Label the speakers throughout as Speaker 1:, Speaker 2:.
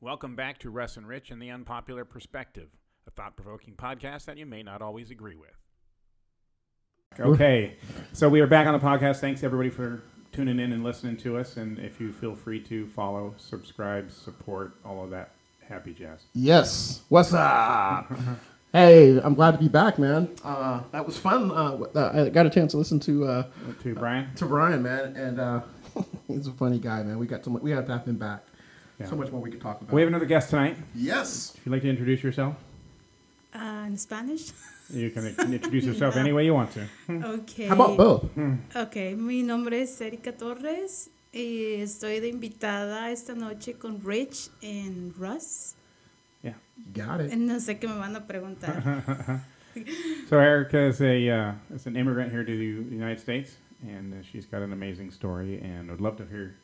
Speaker 1: Welcome back to Russ and Rich and the Unpopular Perspective, a thought provoking podcast that you may not always agree with. Okay, so we are back on the podcast. Thanks everybody for tuning in and listening to us. And if you feel free to follow, subscribe, support, all of that happy jazz.
Speaker 2: Yes. What's up? hey, I'm glad to be back, man. Uh, that was fun. Uh, wh- uh, I got a chance to listen to uh,
Speaker 1: To Brian,
Speaker 2: to Brian, man, and uh, he's a funny guy, man. We got so much, we have to have him back.
Speaker 1: Yeah.
Speaker 2: So much more we could talk about.
Speaker 1: we have another guest tonight.
Speaker 2: yes.
Speaker 1: If you'd like to introduce yourself,
Speaker 3: Uh, in Spanish?
Speaker 1: you can introduce yourself any way you want to.
Speaker 3: Okay.
Speaker 2: How about both?
Speaker 3: Okay, mi nombre es Erika Torres y estoy de invitada esta noche con Rich en Russ. Eh,
Speaker 1: Yeah.
Speaker 2: Got it.
Speaker 3: No sé qué me van a preguntar.
Speaker 1: So Erica is a uh, is an immigrant here to the United States, and uh, she's got an amazing story. And I'd love to hear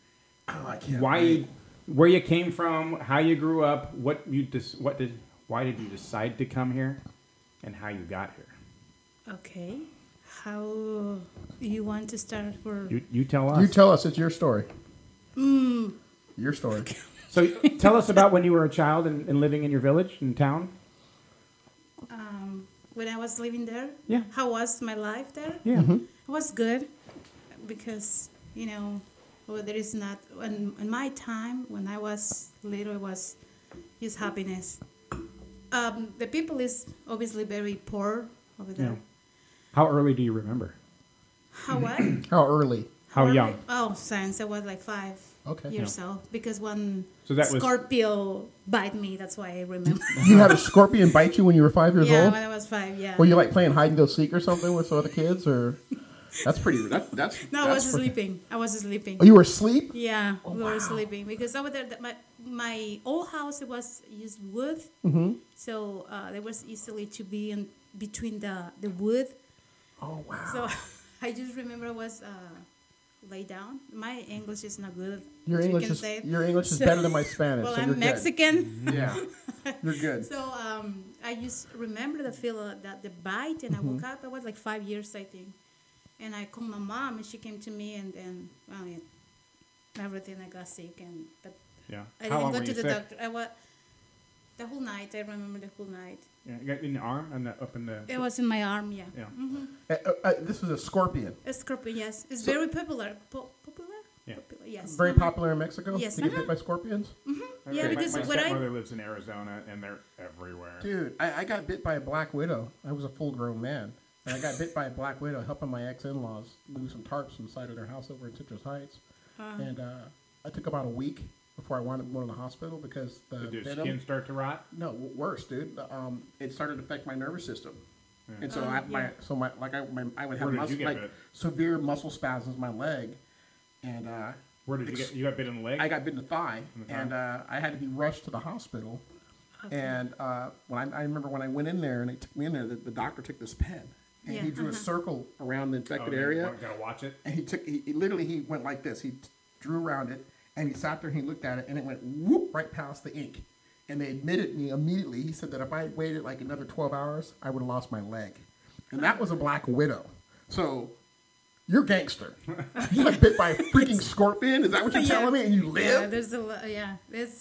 Speaker 2: Oh, I can't
Speaker 1: why,
Speaker 2: wait.
Speaker 1: you, where you came from, how you grew up, what you dis- what did, why did you decide to come here, and how you got here.
Speaker 3: Okay. How you want to start for
Speaker 1: You you tell us.
Speaker 2: You tell us. It's your story. Hmm. Your story.
Speaker 1: so tell us about when you were a child and, and living in your village in town.
Speaker 3: um, when I was living there?
Speaker 1: Yeah.
Speaker 3: How was my life there?
Speaker 1: Yeah.
Speaker 2: Mm-hmm.
Speaker 3: It was good because, you know, well, there is not, in, in my time when I was little, it was just happiness. Um, the people is obviously very poor over there.
Speaker 1: Yeah. How early do you remember?
Speaker 3: How what?
Speaker 2: How early?
Speaker 1: How
Speaker 3: old-
Speaker 1: young?
Speaker 3: Oh, since I was like five
Speaker 2: Okay.
Speaker 3: years old because one
Speaker 1: So that was-
Speaker 3: scorpio bite me. That's why I remember.
Speaker 2: You had a scorpion bite you when you were five years
Speaker 3: yeah,
Speaker 2: old.
Speaker 3: when I was five. Yeah.
Speaker 2: Were you like playing hide and go seek or something with some other kids, or that's pretty. That, that's
Speaker 3: no, I
Speaker 2: that's
Speaker 3: was
Speaker 2: pretty-
Speaker 3: sleeping. I was sleeping.
Speaker 2: Oh, you were asleep.
Speaker 3: Yeah,
Speaker 2: Oh,
Speaker 3: we were sleeping because over there, the, my my old house it was used wood,
Speaker 2: Mm-hmm.
Speaker 3: so uh, there was easily to be in between the the wood.
Speaker 2: Oh wow.
Speaker 3: So I just remember I was uh, lay down. My English is not good.
Speaker 2: Your
Speaker 3: as you
Speaker 2: English
Speaker 3: can
Speaker 2: is
Speaker 3: say.
Speaker 2: your English is
Speaker 3: So-
Speaker 2: better than my Spanish.
Speaker 3: well,
Speaker 2: so you're
Speaker 3: I'm Mexican.
Speaker 2: Good. Yeah, you're good.
Speaker 3: So um, I just remember the feel of that the bite, and
Speaker 1: Mm-hmm.
Speaker 3: I woke up. I was like five years, I think, and I called my mom, and she came to me, and then well, it, everything I got sick, and but
Speaker 1: Yeah.
Speaker 3: I
Speaker 1: how long
Speaker 3: didn't go
Speaker 1: were
Speaker 3: to
Speaker 1: you
Speaker 3: the
Speaker 1: sick?
Speaker 3: doctor. I was the whole night. I remember the whole night.
Speaker 1: Yeah, you got in the arm and the, up in the.
Speaker 3: It Mm-hmm. was in my arm. Yeah,
Speaker 1: Yeah.
Speaker 2: Uh, uh, uh, this was a scorpion.
Speaker 3: a scorpion. Yes, it's very popular. Po- popular.
Speaker 1: Yeah.
Speaker 3: Popular, yes.
Speaker 2: Very
Speaker 3: Mhm.
Speaker 2: popular in Mexico.
Speaker 3: Yes,
Speaker 2: to get
Speaker 3: uh-huh.
Speaker 2: bit by scorpions.
Speaker 1: I
Speaker 3: Yeah,
Speaker 1: remember
Speaker 3: because
Speaker 1: my, my
Speaker 3: when I-
Speaker 1: stepmother lives in Arizona, and they're everywhere.
Speaker 2: Dude, I, I got bit by a black widow. I was a full grown man, and I got bit by a black widow helping my ex in laws move some tarps inside of their house over in Citrus Heights,
Speaker 3: Uh-huh.
Speaker 2: and uh, I took about a week before I wound up going to the hospital because the
Speaker 1: Did your
Speaker 2: venom.
Speaker 1: skin start to rot?
Speaker 2: No, w- worse, dude. The, Um, it started to affect my nervous system, and so
Speaker 3: Oh,
Speaker 2: I, my
Speaker 3: yeah.
Speaker 2: so my like I, my, I would have
Speaker 1: Hmm. Where did you
Speaker 2: muscle,
Speaker 1: get
Speaker 2: like
Speaker 1: bit?
Speaker 2: severe muscle spasms in my leg, and uh,
Speaker 1: Where did you
Speaker 2: ex-
Speaker 1: get? You got bit in the leg.
Speaker 2: I got bit in the thigh,
Speaker 1: the thigh?
Speaker 2: and uh, I had to be rushed to the hospital. And uh, when I, I remember when I went in there and they took me in there, the, the doctor took this pen and he
Speaker 3: Yeah, uh-huh.
Speaker 2: drew a circle around the infected
Speaker 1: they
Speaker 2: area,
Speaker 1: weren't gonna watch it.
Speaker 2: and he took he, he literally he went like this. He t- drew around it, and he sat there and he looked at it, and it went whoop right past the ink. And they admitted me immediately. He said that if I had waited like another twelve hours, I would have lost my leg. And that was a black widow. So you're gangster. you got bit by a freaking scorpion. Is that what you're
Speaker 3: Yeah.
Speaker 2: telling me? And you
Speaker 3: Yeah,
Speaker 2: live?
Speaker 3: there's a li- yeah. That's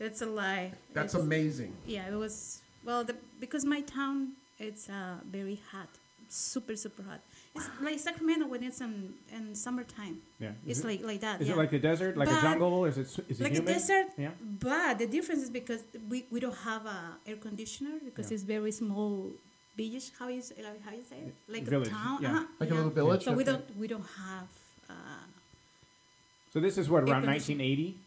Speaker 3: that's a lie.
Speaker 2: That's
Speaker 3: It's-
Speaker 2: amazing.
Speaker 3: Yeah, it was well the, because my town it's uh, very hot, super super hot. It's like Sacramento when it's in, in summertime.
Speaker 1: Yeah. Is
Speaker 3: it's
Speaker 1: it-
Speaker 3: like like that.
Speaker 1: Is
Speaker 3: yeah.
Speaker 1: it like the desert, like a
Speaker 3: But-
Speaker 1: jungle? Is it s- is it
Speaker 3: like a
Speaker 1: humid?
Speaker 3: desert?
Speaker 1: Yeah.
Speaker 3: But the difference is because we, we don't have a air conditioner because
Speaker 1: Yeah.
Speaker 3: it's very small village. How you say, like, how you say it? Like
Speaker 1: Village,
Speaker 3: a town.
Speaker 1: yeah.
Speaker 3: Uh-huh,
Speaker 2: Like a little village,
Speaker 3: So we
Speaker 2: okay.
Speaker 3: don't we don't have. Uh,
Speaker 1: So this is what around
Speaker 3: condition-
Speaker 1: 1980.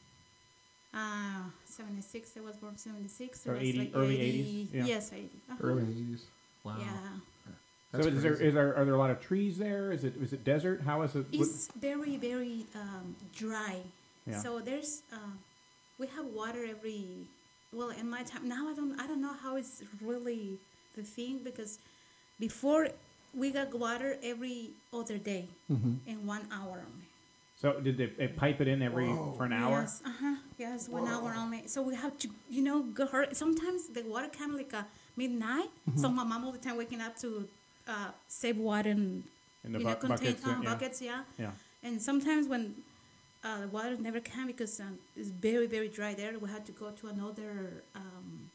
Speaker 3: uh, 76, I was born 76.
Speaker 1: Or
Speaker 3: it was
Speaker 1: 80,
Speaker 3: like
Speaker 1: early
Speaker 3: 80,
Speaker 1: 80s, yeah.
Speaker 3: Yes, 80. Uh-huh.
Speaker 2: Early '80s. Wow.
Speaker 3: Yeah.
Speaker 2: That's
Speaker 1: so is there,
Speaker 2: crazy.
Speaker 1: is there are there a lot of trees there? Is it is it desert? How is it? what-
Speaker 3: It's very, very um, dry.
Speaker 1: Yeah.
Speaker 3: So there's, uh, we have water every. Well, in my time now, I don't, I don't know how it's really the thing because before we got water every other day in one hour only.
Speaker 1: so did they, they pipe it in every for an hour?
Speaker 3: Yes, uh huh. Yes, one hour only. So we have to, you know, go hurry. Sometimes the water came like uh, midnight.
Speaker 1: Mm-hmm.
Speaker 3: So my mom all the time waking up to uh, save water and
Speaker 1: In the
Speaker 3: you
Speaker 1: bu-
Speaker 3: know, contain
Speaker 1: buckets,
Speaker 3: uh,
Speaker 1: yeah.
Speaker 3: buckets, yeah.
Speaker 1: Yeah.
Speaker 3: And sometimes when uh, the water never came because um, it's very very dry there. We had to go to another um,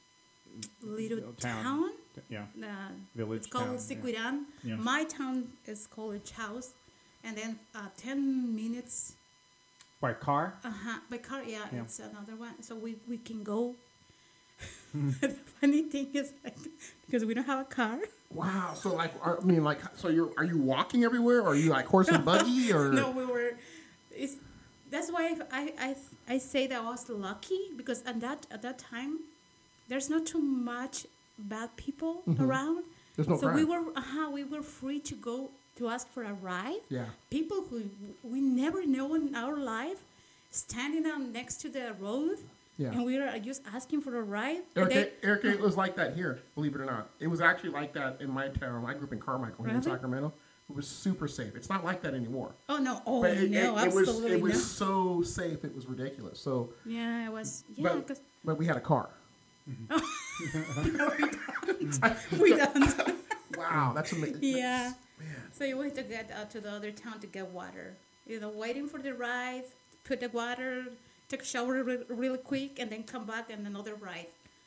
Speaker 3: little
Speaker 1: Little town.
Speaker 3: town.
Speaker 1: Yeah.
Speaker 3: Uh,
Speaker 1: Village
Speaker 3: it's called
Speaker 1: town, yeah.
Speaker 3: Siquiran.
Speaker 1: Yeah.
Speaker 3: My town is called Ridge House, and then uh, ten minutes
Speaker 1: By car?
Speaker 3: uh-huh. By car, yeah,
Speaker 1: Yeah.
Speaker 3: it's another one. So we, we can go. the funny thing is, like, because we don't have a car.
Speaker 2: Wow. So like, I mean, like, so you're are you walking everywhere? Or are you like horse and buggy? Or
Speaker 3: No, we were. It's, that's why I, I, I say that I was lucky because at that at that time, there's not too much bad people around.
Speaker 2: Mm-hmm. There's no
Speaker 3: so we were
Speaker 2: crime.
Speaker 3: uh-huh, we were free to go to ask for a ride.
Speaker 2: Yeah.
Speaker 3: People who we never know in our life standing on next to the road.
Speaker 2: Yeah.
Speaker 3: And we were just asking for a ride. and
Speaker 2: Erica,
Speaker 3: they- Oh.
Speaker 2: Erica, it was like that here, believe it or not. It was actually like that in my town. I grew up in Carmichael here in
Speaker 3: Really?
Speaker 2: Sacramento. It was super safe. It's not like that anymore.
Speaker 3: Oh no! Oh
Speaker 2: But it,
Speaker 3: no!
Speaker 2: it, it was
Speaker 3: absolutely
Speaker 2: it was
Speaker 3: no.
Speaker 2: so safe, it was ridiculous. So,
Speaker 3: Yeah, it was. Yeah,
Speaker 2: but,
Speaker 3: because
Speaker 2: but we had a car.
Speaker 3: we don't.
Speaker 2: Wow, that's amazing.
Speaker 3: yeah. So you went to get out to the other town to get water. You know, waiting for the ride, put the water, take a shower re- really quick, and then come back and another ride.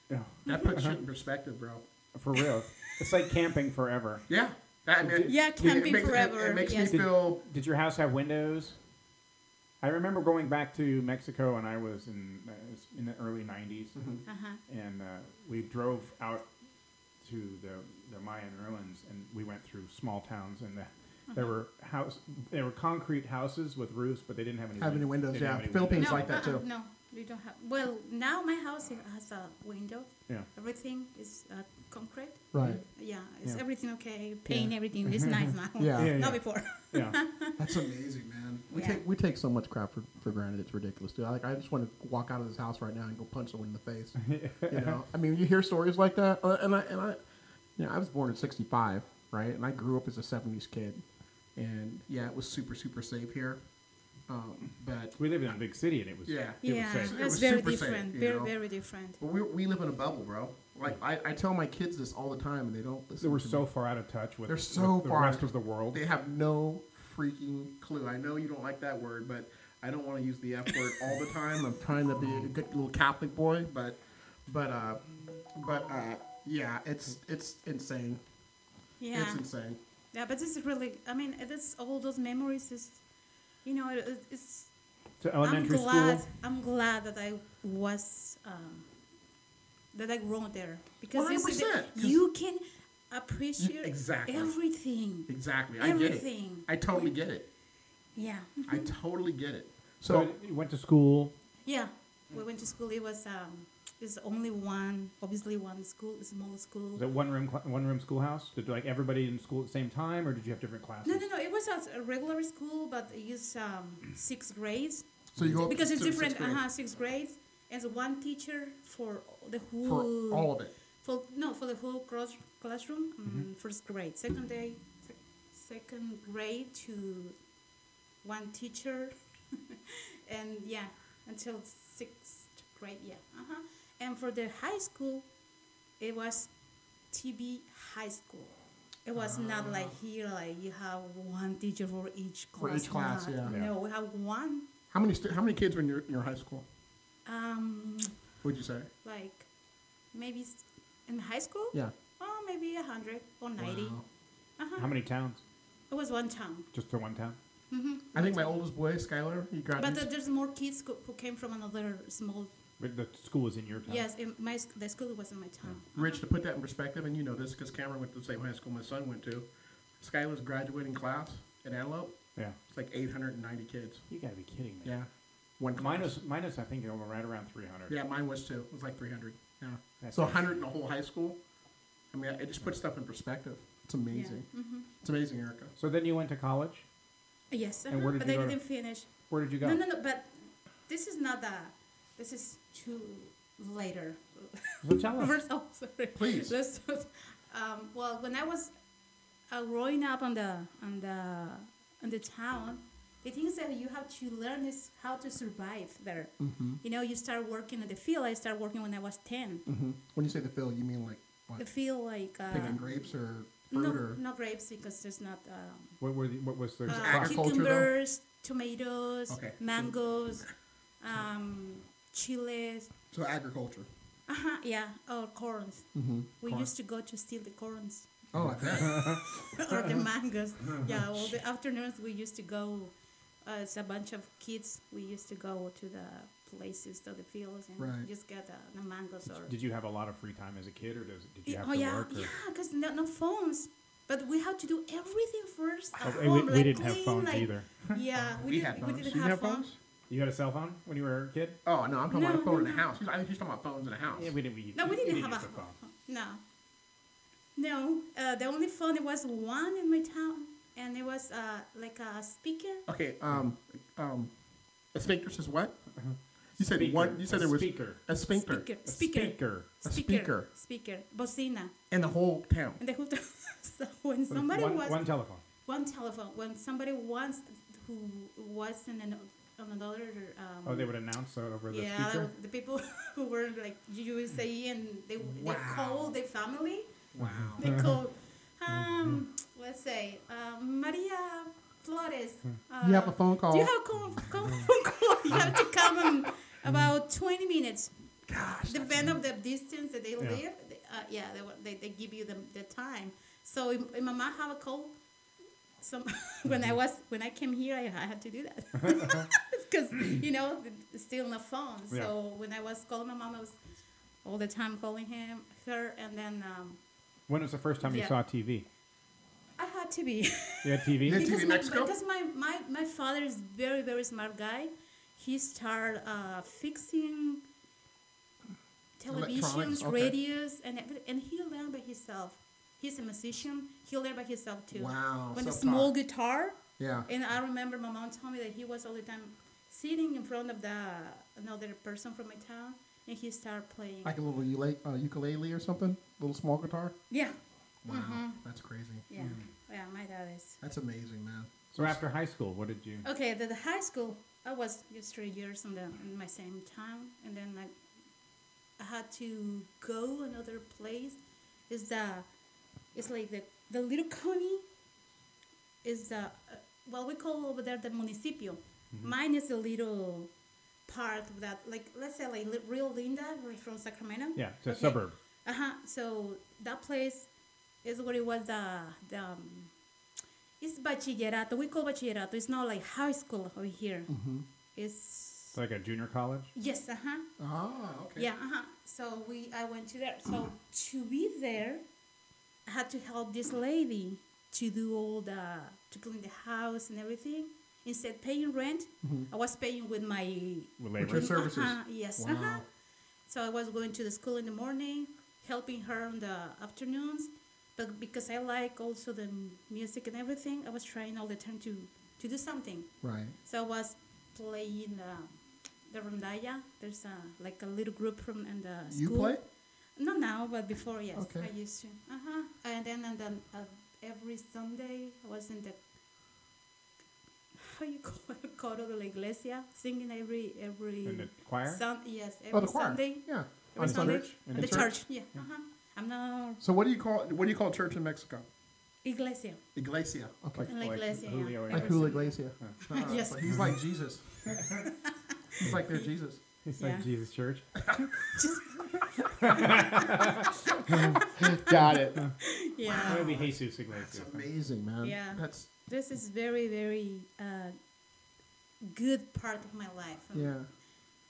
Speaker 1: Yeah.
Speaker 2: That puts shit in perspective, bro.
Speaker 1: For real. it's like camping forever.
Speaker 2: Yeah. That, I mean, it-
Speaker 3: Yeah,
Speaker 2: it
Speaker 3: camping
Speaker 2: makes- it- It,
Speaker 3: forever,
Speaker 2: makes
Speaker 3: yes.
Speaker 2: me
Speaker 1: Did,
Speaker 2: feel
Speaker 1: did your house have windows? I remember going back to Mexico, and I was in I was in the early '90s,
Speaker 2: Mm-hmm.
Speaker 3: Uh huh.
Speaker 1: and uh, we drove out to the, the Mayan ruins, and we went through small towns, and the, there
Speaker 3: Mm-hmm.
Speaker 1: were house there were concrete houses with roofs, but they didn't have any
Speaker 2: Have any
Speaker 1: win-
Speaker 2: windows,
Speaker 1: they didn't
Speaker 2: yeah.
Speaker 1: have any
Speaker 2: Philippines- Things
Speaker 3: no,
Speaker 2: like that,
Speaker 3: uh-uh,
Speaker 2: too.
Speaker 3: No, we don't have. Well, now my house it has a window.
Speaker 1: windows.
Speaker 3: Everything is uh, concrete.
Speaker 2: right.
Speaker 3: Yeah, is
Speaker 1: Yeah.
Speaker 3: everything okay? Paint, everything is nice now.
Speaker 2: Yeah.
Speaker 1: Yeah,
Speaker 3: Not
Speaker 1: yeah.
Speaker 3: before.
Speaker 1: Yeah, yeah.
Speaker 2: That's amazing, man. We
Speaker 3: Yeah.
Speaker 2: take we take so much crap for, for granted. It's ridiculous, dude. I, like, I just want to walk out of this house right now and go punch someone in the face. you know, I mean, you hear stories like that, uh, and I and I, you know, I was born in '65, right, and I grew up as a '70s kid, and yeah, it was super super safe here, um, but
Speaker 1: we lived in a big city, and it was
Speaker 2: Yeah.
Speaker 1: it was
Speaker 3: Yeah,
Speaker 1: safe.
Speaker 2: It
Speaker 3: that's
Speaker 2: was
Speaker 3: very
Speaker 2: super safe,
Speaker 3: different.
Speaker 2: you
Speaker 3: very,
Speaker 2: know?
Speaker 3: very different.
Speaker 2: but we we live in a bubble, bro. Like I, I tell my kids this all the time, and they don't listen.
Speaker 1: They were
Speaker 2: to
Speaker 1: so
Speaker 2: me.
Speaker 1: far out of touch with,
Speaker 2: They're so
Speaker 1: with the
Speaker 2: far-
Speaker 1: rest of the world.
Speaker 2: They have no freaking clue. I know you don't like that word, but I don't want to use the F word all the time. I'm trying to be a good little Catholic boy, but, but, uh, but, uh, yeah, it's it's insane.
Speaker 3: Yeah.
Speaker 2: It's insane.
Speaker 3: Yeah, but this is really, I mean, that's all those memories is, you know, it, it's,
Speaker 1: To elementary
Speaker 3: I'm glad,
Speaker 1: school,
Speaker 3: I'm glad that I was, um, that I grew up there. Because you see
Speaker 2: 100%,
Speaker 3: that
Speaker 2: 'cause-
Speaker 3: you can appreciate
Speaker 2: exactly.
Speaker 3: everything.
Speaker 2: Exactly. I get it.
Speaker 3: Everything.
Speaker 2: I totally get it.
Speaker 3: Yeah.
Speaker 2: I totally get it.
Speaker 1: so
Speaker 2: So
Speaker 1: you went to school.
Speaker 3: Yeah. We went to school, it was, um, it's only one, obviously one school, a small school.
Speaker 1: Was it one room cl- one room schoolhouse? Did like everybody in school at the same time, or did you have different classes?
Speaker 3: No, no, no, it was a- a regular school, but it used, um, six grades.
Speaker 2: so you go up
Speaker 3: because
Speaker 2: to
Speaker 3: it's
Speaker 2: Oh, sixth
Speaker 3: different.
Speaker 2: grade
Speaker 3: Uh huh. Sixth grade as one teacher for the
Speaker 2: for
Speaker 3: whole
Speaker 2: all of it.
Speaker 3: for no for the whole cross, classroom. Um,
Speaker 2: Mm-hmm.
Speaker 3: First grade, second day, sec- second grade to one teacher, and yeah, until sixth grade. Yeah. Uh huh. And for the high school, it was TB High School. It was not like here, like you have one teacher for each
Speaker 2: Ah. For
Speaker 3: class.
Speaker 2: each class,
Speaker 3: not-
Speaker 2: yeah.
Speaker 1: Yeah.
Speaker 3: No, we have one
Speaker 2: How many stu- how many kids were in your, in your high school?
Speaker 3: um,
Speaker 2: Would you say?
Speaker 3: like maybe s- in high school.
Speaker 2: Yeah.
Speaker 3: Oh, maybe a hundred or ninety.
Speaker 2: Wow.
Speaker 1: How many towns?
Speaker 3: Uh-huh. It was one town.
Speaker 1: Just to one town.
Speaker 2: I think my oldest boy, Skylar, he
Speaker 3: But
Speaker 2: graduated.
Speaker 3: uh, there's more kids co- who came from another small.
Speaker 1: But the school was in your town.
Speaker 3: Yes, in my sc- the school was in my town.
Speaker 2: Rich, to put that in perspective, and you know this because Cameron went to the same high school my son went to. Skylar's graduating class at Antelope.
Speaker 1: Yeah.
Speaker 2: It's like 890 kids.
Speaker 1: You gotta be kidding me.
Speaker 2: Yeah. One class.
Speaker 1: Minus, minus, I think it was right around 300.
Speaker 2: Yeah, mine was too. It was like 300. Yeah.
Speaker 1: That's
Speaker 2: so
Speaker 1: nice.
Speaker 2: 100 in the whole high school. I mean, it just puts stuff in perspective. It's amazing.
Speaker 3: Mm-hmm.
Speaker 2: It's amazing, Erica.
Speaker 1: So then you went to college.
Speaker 3: Yes,
Speaker 1: And
Speaker 3: uh-huh,
Speaker 1: where did
Speaker 3: but
Speaker 1: you
Speaker 3: I
Speaker 1: go to-
Speaker 3: didn't finish.
Speaker 1: Where did you go?
Speaker 3: No, no, no. But this is not the. This is too later.
Speaker 1: So tell us.
Speaker 3: First, oh, sorry.
Speaker 2: Please.
Speaker 3: Let's. Um, well, when I was uh, growing up on the on the on the town, the things that you have to learn is how to survive there.
Speaker 2: Mm-hmm.
Speaker 3: You know, you start working in the field. I started working when I was 10
Speaker 2: Mm-hmm. When you say the field, you mean like what?
Speaker 3: The field, like uh,
Speaker 2: picking grapes or fruit
Speaker 3: no,
Speaker 2: or
Speaker 3: no grapes because there's not um,
Speaker 1: What were the, what was the
Speaker 3: uh,
Speaker 2: agriculture, though?
Speaker 3: cucumbers, tomatoes,
Speaker 2: Okay.
Speaker 3: mangoes, um, chiles.
Speaker 2: so agriculture.
Speaker 3: Uh-huh, yeah, or corns. We
Speaker 2: Mm-hmm. corn.
Speaker 3: used to go to steal the corns
Speaker 2: Oh, like that.
Speaker 3: or the mangoes. Yeah, all the afternoons we used to go. Uh, as a bunch of kids, we used to go to the places, to the fields, and
Speaker 2: Right.
Speaker 3: just get uh, the mangoes or.
Speaker 1: Did you have a lot of free time as a kid, or does, did you
Speaker 3: Yeah,
Speaker 1: have
Speaker 3: oh
Speaker 1: to
Speaker 3: yeah,
Speaker 1: work? Or?
Speaker 3: yeah, because no, no phones. But we had to do everything first at
Speaker 1: Oh, we-
Speaker 3: home.
Speaker 1: we
Speaker 3: like
Speaker 1: didn't have
Speaker 3: clean,
Speaker 1: phones
Speaker 3: like,
Speaker 1: either.
Speaker 3: Yeah, we,
Speaker 2: We
Speaker 3: didn't.
Speaker 2: had
Speaker 3: we
Speaker 2: phones.
Speaker 3: didn't
Speaker 1: You
Speaker 3: have
Speaker 1: have
Speaker 3: phones.
Speaker 1: phones? You had a cell phone when you were a kid?
Speaker 2: Oh no, I'm talking about
Speaker 3: No,
Speaker 2: a phone
Speaker 3: no,
Speaker 2: in the
Speaker 3: no.
Speaker 2: house. She's- I think she's talking about phones in the house.
Speaker 1: Yeah, we didn't. We,
Speaker 3: No, we didn't have
Speaker 1: use
Speaker 3: a
Speaker 1: the phone.
Speaker 3: No, no. Uh, the only phone there was one in my town, and it was uh, like a speaker.
Speaker 2: Okay. Um, um, a sphincter says what? You said
Speaker 1: Speaker.
Speaker 2: one. You said
Speaker 1: A
Speaker 2: there was
Speaker 1: speaker.
Speaker 2: A sphincter.
Speaker 3: Speaker.
Speaker 1: A
Speaker 3: Speaker.
Speaker 1: speaker.
Speaker 2: A
Speaker 3: Speaker.
Speaker 2: speaker.
Speaker 3: Speaker. Bocina.
Speaker 2: In the whole town.
Speaker 3: And the whole. so when somebody
Speaker 1: one,
Speaker 3: was
Speaker 1: one telephone.
Speaker 3: one telephone, when somebody once who was in an, on another. Um,
Speaker 1: Oh, they would announce that over the
Speaker 3: yeah,
Speaker 1: speaker.
Speaker 3: the people who were like USA and they
Speaker 2: Wow.
Speaker 3: they called their family.
Speaker 2: Wow.
Speaker 3: They
Speaker 1: Uh-huh.
Speaker 3: called, um,
Speaker 1: Mm-hmm.
Speaker 3: let's say, uh, Maria Flores. Uh,
Speaker 2: You have a phone call.
Speaker 1: oh.
Speaker 3: Do you have a call, call, phone call? You have to come in about 20 minutes.
Speaker 2: Gosh.
Speaker 3: Depending on the distance that they
Speaker 1: Yeah.
Speaker 3: live, they, uh, yeah, they, wa- they, they give you the, the time. So if, if mama have a call, some when
Speaker 1: Mm-hmm.
Speaker 3: I was when I came here, I, I had to do that because you know it's still on the phone. So
Speaker 1: Uh-huh. Yeah.
Speaker 3: when I was calling my mom, I was all the time calling him her, and then um,
Speaker 1: When was the first time you
Speaker 3: Yeah.
Speaker 1: saw TV?
Speaker 3: I had to be.
Speaker 1: You had TV?
Speaker 2: Did- TV
Speaker 3: because
Speaker 2: in
Speaker 3: my,
Speaker 2: Mexico?
Speaker 3: Because my, my, my father is very, very smart guy. He started uh, fixing
Speaker 2: Electronics,
Speaker 3: televisions,
Speaker 2: okay.
Speaker 3: radios, and everything. And he learned by himself. He's a musician. He learned by himself too.
Speaker 2: Wow,
Speaker 3: With a
Speaker 2: self-taught.
Speaker 3: small guitar.
Speaker 2: Yeah.
Speaker 3: And I remember my mom told me that he was all the time sitting in front of the another person from my town, and he started playing.
Speaker 2: Like a little ula- uh, ukulele or something. Little small guitar.
Speaker 3: yeah,
Speaker 2: Wow. That's crazy.
Speaker 3: yeah,
Speaker 2: Hmm.
Speaker 3: yeah. My dad is.
Speaker 2: That's amazing, man.
Speaker 1: so after high school, what did you?
Speaker 3: Okay, the, the high school, I was just three years in, the, in my same town, and then like, I had to go another place. Is the, it's like the, the little county is the, uh, well, we call over there the municipio. Mine is a little part of that, like, let's say like Li- Rio Linda, we're from Sacramento.
Speaker 1: Yeah, it's a
Speaker 3: Okay.
Speaker 1: suburb.
Speaker 3: Uh-huh. So that place is what it was the the um, it's bachillerato. We call bachillerato. It's not like high school over here.
Speaker 2: Mm. Mm-hmm.
Speaker 3: It's
Speaker 1: It's like a junior college.
Speaker 3: yes, uh-huh.
Speaker 2: Ah, okay.
Speaker 3: Yeah, uh-huh. So we I went to there. So to be there, I had to help this lady to do all the to clean the house and everything. Instead paying rent, I was paying with my
Speaker 1: With
Speaker 2: With
Speaker 1: labor.
Speaker 2: your services.
Speaker 3: uh-huh, yes.
Speaker 2: Wow.
Speaker 3: Uh-huh. So I was going to the school in the morning, helping her in the afternoons. But because I like also the m- music and everything, I was trying all the time to, to do something.
Speaker 2: Right.
Speaker 3: So I was playing uh, the rondalla. There's a, like a little group from in the
Speaker 2: You
Speaker 3: school.
Speaker 2: play?
Speaker 3: Not now, but before, yes,
Speaker 2: Okay.
Speaker 3: I used to. Uh huh. And then and then uh, every Sunday I was in the how you call it, coro de la iglesia, singing every every
Speaker 1: In the choir?
Speaker 3: Sun, yes, every
Speaker 2: Oh, the choir.
Speaker 3: Sunday.
Speaker 2: Yeah.
Speaker 3: Every Sunday.
Speaker 2: church. Mm-hmm.
Speaker 1: In
Speaker 3: At
Speaker 1: the
Speaker 3: the
Speaker 1: church?
Speaker 3: church. Yeah. Uh huh. I'm not
Speaker 2: So what do you call what do you call church in Mexico?
Speaker 3: iglesia.
Speaker 2: Iglesia. Okay.
Speaker 3: In la iglesia.
Speaker 1: Julio
Speaker 3: yeah.
Speaker 2: Like Julio Iglesia. Uh,
Speaker 3: Yes.
Speaker 2: but He's like Jesus. he's like their Jesus.
Speaker 1: It's like
Speaker 3: Yeah.
Speaker 1: Jesus Church.
Speaker 2: Got it.
Speaker 1: That
Speaker 3: Yeah.
Speaker 1: would be Jesus Iglesias.
Speaker 2: That's amazing, man.
Speaker 3: Yeah.
Speaker 2: That's
Speaker 3: This is very very uh, good part of my life. and-
Speaker 2: yeah.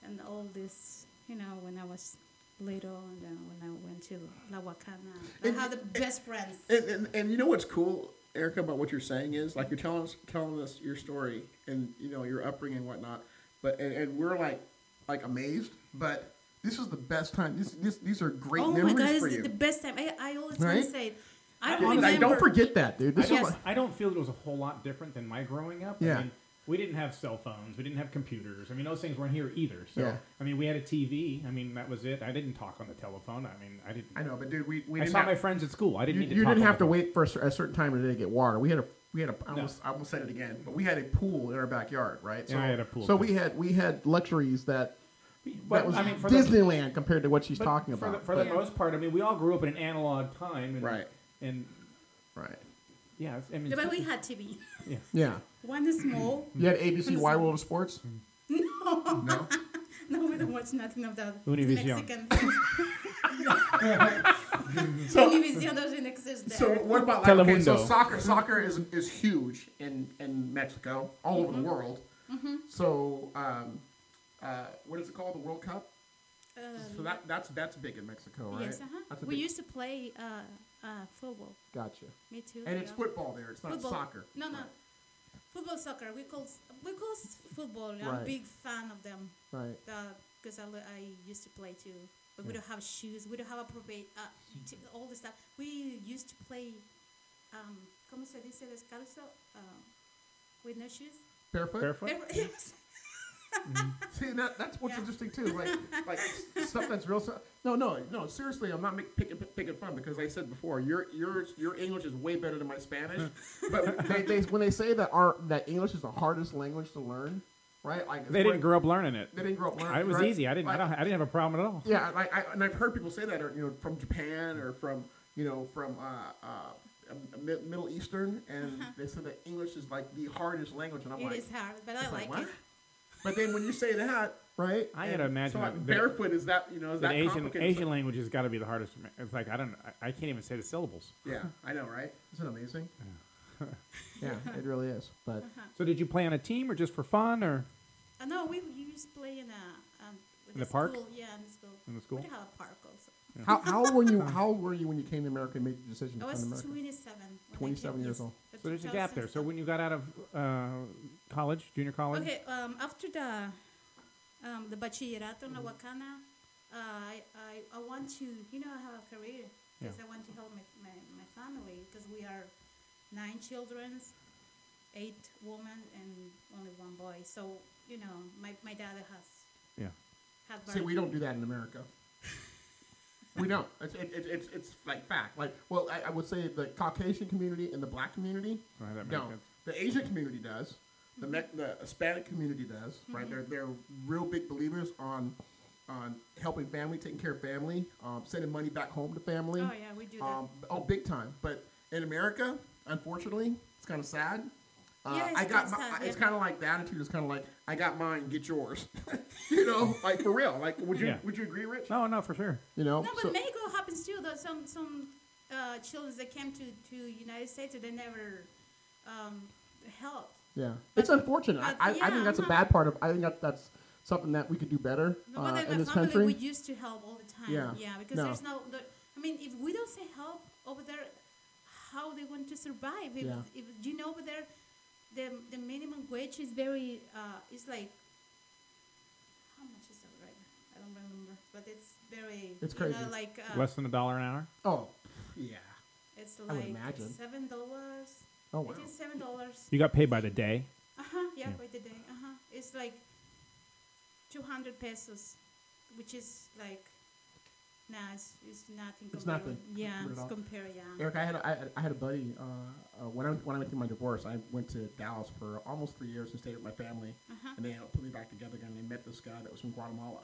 Speaker 3: and all this, you know, when I was little and then when I went to La Huacana. I
Speaker 2: And-
Speaker 3: had the best friends.
Speaker 2: And, and, and you know what's cool, Erica, about what you're saying is like you're telling us telling us your story and you know your upbringing and whatnot, but and, and we're like like amazed. But this is the best time. This, this these are great
Speaker 3: oh my
Speaker 2: memories
Speaker 3: God,
Speaker 2: for
Speaker 3: it's
Speaker 2: you.
Speaker 3: the best time. I, I always
Speaker 2: Right?
Speaker 3: want to say, it. I
Speaker 2: Yeah,
Speaker 3: remember.
Speaker 2: like, don't forget that, dude. This
Speaker 3: Yes.
Speaker 2: is like,
Speaker 1: I don't feel it was a whole lot different than my growing up.
Speaker 2: Yeah.
Speaker 1: I mean, we didn't have cell phones. We didn't have computers. I mean, those things weren't here either. So,
Speaker 2: Yeah.
Speaker 1: I mean, we had a TV. I mean, that was it. I didn't talk on the telephone. I mean, I didn't.
Speaker 2: I know, but dude, we, we
Speaker 1: I
Speaker 2: didn't
Speaker 1: saw
Speaker 2: have,
Speaker 1: my friends at school. I didn't
Speaker 2: you,
Speaker 1: need to
Speaker 2: you
Speaker 1: talk
Speaker 2: didn't
Speaker 1: on
Speaker 2: have
Speaker 1: the phone.
Speaker 2: to wait for a cer- a certain time of the day to get water. We had a we had a I almost, I almost said it again, but we had a pool in our backyard, right?
Speaker 1: Yeah, I had a pool,
Speaker 2: So
Speaker 1: too.
Speaker 2: we had we had luxuries that that
Speaker 1: But,
Speaker 2: was
Speaker 1: I mean, for the-
Speaker 2: Disneyland compared to what she's
Speaker 1: but
Speaker 2: talking
Speaker 1: for
Speaker 2: about.
Speaker 1: The, for
Speaker 2: But-
Speaker 1: the most part, I mean, we all grew up in an analog time. And,
Speaker 2: Right.
Speaker 1: And
Speaker 2: Right.
Speaker 1: Yeah, it's- I mean,
Speaker 3: Yeah, but we had TV.
Speaker 1: yeah.
Speaker 2: Yeah.
Speaker 3: One is small.
Speaker 2: You had ABC Wide World of Sports?
Speaker 3: No,
Speaker 2: Mm-hmm. No.
Speaker 3: no, we don't watch nothing of that.
Speaker 1: Univision.
Speaker 3: Mexican things.
Speaker 2: so,
Speaker 3: Univision doesn't exist there.
Speaker 2: so what about like okay, so
Speaker 1: Telemundo.
Speaker 2: soccer? Soccer is is huge in in Mexico, all over the world. Mm-hmm. So um, uh, what is it called? The World Cup. So
Speaker 3: Um,
Speaker 2: that that's that's big in Mexico, right?
Speaker 3: yes, uh-huh.
Speaker 2: That's a
Speaker 3: We
Speaker 2: big-
Speaker 3: used to play uh, uh, football.
Speaker 2: gotcha.
Speaker 3: Me too.
Speaker 2: And it's
Speaker 3: yeah.
Speaker 2: football there. It's not
Speaker 3: football.
Speaker 2: soccer.
Speaker 3: No, no. Football, soccer. We call s- we call s- football. I'm
Speaker 2: Right.
Speaker 3: a big fan of them
Speaker 2: Right.
Speaker 3: because I, lo- I used to play too. But we don't have shoes. We don't have appropriate uh, t- all the stuff. We used to play. Um, ¿Cómo se dice descalzo? Uh, with no shoes.
Speaker 2: Barefoot.
Speaker 1: Barefoot?
Speaker 3: Ever- Yes.
Speaker 2: See that that's what's
Speaker 3: Yeah.
Speaker 2: interesting too. Like like s- stuff that's real. stuff. No, no, no. Seriously, I'm not make, picking picking fun because like I said before your your your English is way better than my Spanish. but they, they when they say that our that English is the hardest language to learn, right? Like it's
Speaker 1: They didn't
Speaker 2: like-
Speaker 1: grow up learning it.
Speaker 2: They didn't grow up learning.
Speaker 1: I was
Speaker 2: right?
Speaker 1: easy. I didn't. I,
Speaker 2: Like,
Speaker 1: don't, I didn't have a problem at all.
Speaker 2: yeah, like I, and I've heard people say that, or you know, from Japan or from you know from uh, uh, um, Mid- Middle Eastern, and they said that English is like the hardest language, and I'm
Speaker 3: Uh-huh. It
Speaker 2: like,
Speaker 3: is hard, but I
Speaker 2: it's like,
Speaker 3: like
Speaker 2: what?
Speaker 3: it.
Speaker 2: But then when you say that, right?
Speaker 1: I
Speaker 2: and
Speaker 1: gotta imagine
Speaker 2: So like
Speaker 1: that-
Speaker 2: barefoot is that you know is
Speaker 1: An
Speaker 2: that
Speaker 1: Asian
Speaker 2: complicated? It's
Speaker 1: Asian language has got to be the hardest. for me. It's like I don't. I, I can't even say the syllables.
Speaker 2: like- yeah, I know, right? Isn't it amazing? Yeah. it really is. But
Speaker 1: So did you play on a team or just for fun or
Speaker 3: Uh, no, we used to play in a um, with
Speaker 1: In
Speaker 3: the
Speaker 1: the park?
Speaker 3: School. Yeah, in the school.
Speaker 1: In the school?
Speaker 3: We don't have a park also.
Speaker 2: how how old were you? How old were you when you came to America and made the decision
Speaker 3: I
Speaker 2: to come
Speaker 3: was
Speaker 2: to America?
Speaker 3: 27. when I
Speaker 2: 27
Speaker 3: came,
Speaker 2: years
Speaker 3: yes.
Speaker 2: old.
Speaker 3: But
Speaker 1: so? There's a gap there. So
Speaker 3: 2000
Speaker 1: when you got out of uh, college, junior college,
Speaker 3: Okay, um, after the um, the bachillerato
Speaker 1: Mm-hmm.
Speaker 3: in Aguacana, uh, I, I I want to you know I have a career because
Speaker 1: Yeah.
Speaker 3: I want to help my my, my family because we are nine children, eight women and only one boy. So you know my, my dad has
Speaker 1: yeah,
Speaker 3: had.
Speaker 2: See,
Speaker 3: very-
Speaker 2: we don't do that in America. we don't. It's, it, it, it's, it's like fact. Like, well, I, I would say the Caucasian community and the black community
Speaker 1: Right, that makes
Speaker 2: don't.
Speaker 1: sense.
Speaker 2: The Asian community does. The, Me- the Hispanic community does. Right?
Speaker 3: Mm-hmm.
Speaker 2: They're they're real big believers on on helping family, taking care of family, um, sending money back home to family.
Speaker 3: Oh yeah, we do that.
Speaker 2: Um, oh, big time. But in America, unfortunately, it's kind of sad. Uh,
Speaker 3: Yeah, it's
Speaker 2: I got
Speaker 3: kinda
Speaker 2: my,
Speaker 3: sad,
Speaker 2: it's
Speaker 3: yeah.
Speaker 2: kind of like the attitude is kind of like I got mine, get yours. you know, like for real. Like, would you
Speaker 1: Yeah.
Speaker 2: would you agree, Rich?
Speaker 1: no, no, for sure.
Speaker 2: You know,
Speaker 3: No, but
Speaker 2: Oh, so-
Speaker 3: Mexico happens too. Though some some uh, children that came to to United States, they never um, helped.
Speaker 2: yeah, it's unfortunate. I,
Speaker 3: but
Speaker 2: I, I
Speaker 3: yeah,
Speaker 2: think that's a
Speaker 3: I'm
Speaker 2: bad part of. I think that that's something that we could do better
Speaker 3: No,
Speaker 2: uh,
Speaker 3: but
Speaker 2: in
Speaker 3: in my
Speaker 2: this
Speaker 3: family,
Speaker 2: country.
Speaker 3: we used to help all the time.
Speaker 2: Yeah.
Speaker 3: Yeah, because
Speaker 2: No.
Speaker 3: there's no. The, I mean, if we don't say help over there, how they want to survive? If,
Speaker 2: Yeah.
Speaker 3: if you know over there, the the minimum wage is very. Uh, it's like how much is that right? now? I don't remember, but it's very.
Speaker 2: It's
Speaker 3: you
Speaker 2: crazy.
Speaker 3: Know, like uh,
Speaker 1: Less than a dollar an hour.
Speaker 2: oh, yeah.
Speaker 3: it's
Speaker 2: would
Speaker 3: like
Speaker 2: imagine.
Speaker 3: seven dollars.
Speaker 2: Oh wow.
Speaker 3: I think seven dollars.
Speaker 1: You got paid by the day.
Speaker 3: Uh huh. Yeah,
Speaker 1: Yeah.
Speaker 3: by the day. Uh huh. It's like two hundred pesos, which is like nah, it's, it's nothing.
Speaker 2: It's
Speaker 3: compared
Speaker 2: nothing.
Speaker 3: with- Yeah,
Speaker 2: Not at
Speaker 3: it's
Speaker 2: all.
Speaker 3: compare. Yeah.
Speaker 2: Eric, I had a, I, had- I had a buddy uh, uh, when I when I went through my divorce. I went to Dallas for almost three years and stayed with my family,
Speaker 3: Uh-huh.
Speaker 2: and they helped put me back together again. And they met this guy that was from Guatemala,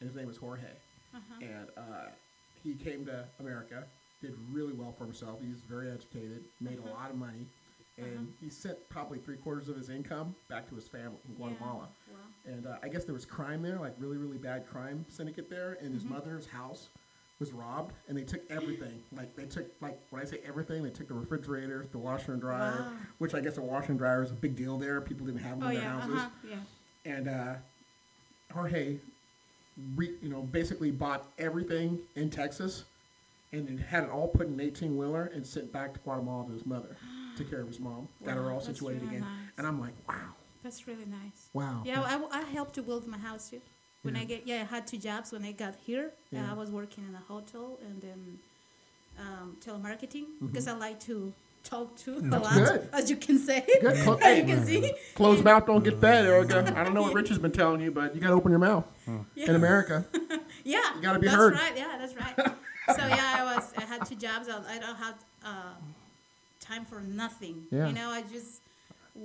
Speaker 2: and his name was Jorge,
Speaker 3: Uh-huh.
Speaker 2: and uh, he came to America, did really well for himself. He was very educated, made a
Speaker 3: Uh-huh.
Speaker 2: lot of money, and he sent probably three quarters of his income back to his family in Guatemala.
Speaker 3: Yeah. Wow.
Speaker 2: And uh, I guess there was crime there, like really, really bad crime syndicate there. And
Speaker 3: Mm-hmm.
Speaker 2: his mother's house was robbed, and they took everything. Like they took, like when I say everything, they took the refrigerator, the washer and dryer,
Speaker 3: Wow.
Speaker 2: which I guess a washer and dryer is a big deal there. People didn't have them
Speaker 3: Oh
Speaker 2: in their
Speaker 3: yeah. Uh
Speaker 2: houses.
Speaker 3: huh. Yeah.
Speaker 2: And uh, Jorge, re, you know, basically bought everything in Texas, and then had it all put in an eighteen wheeler and sent back to Guatemala to his mother, to care of his mom. Got her
Speaker 3: Wow,
Speaker 2: all
Speaker 3: that's
Speaker 2: situated
Speaker 3: really
Speaker 2: again.
Speaker 3: nice.
Speaker 2: And I'm like, wow,
Speaker 3: That's really nice.
Speaker 2: wow.
Speaker 3: Yeah, I, I helped to build my house too. When I get yeah, I had two jobs when I got here. uh,
Speaker 2: Yeah.
Speaker 3: I was working in a hotel and then um, telemarketing because I like to talk to a lot,
Speaker 2: Mm-hmm. good.
Speaker 3: as you can say,
Speaker 2: Good.
Speaker 3: as
Speaker 2: Clo-
Speaker 3: you can see.
Speaker 2: Closed mouth don't get fed,
Speaker 3: Mm.
Speaker 2: Erica. I don't know what Rich has been telling you, but you gotta open your mouth in America.
Speaker 3: Yeah,
Speaker 2: You gotta be
Speaker 3: that's
Speaker 2: heard.
Speaker 3: right. Yeah, that's right. so yeah, I was. I had two jobs. I, I don't have uh, time for nothing.
Speaker 2: Yeah.
Speaker 3: You know, I just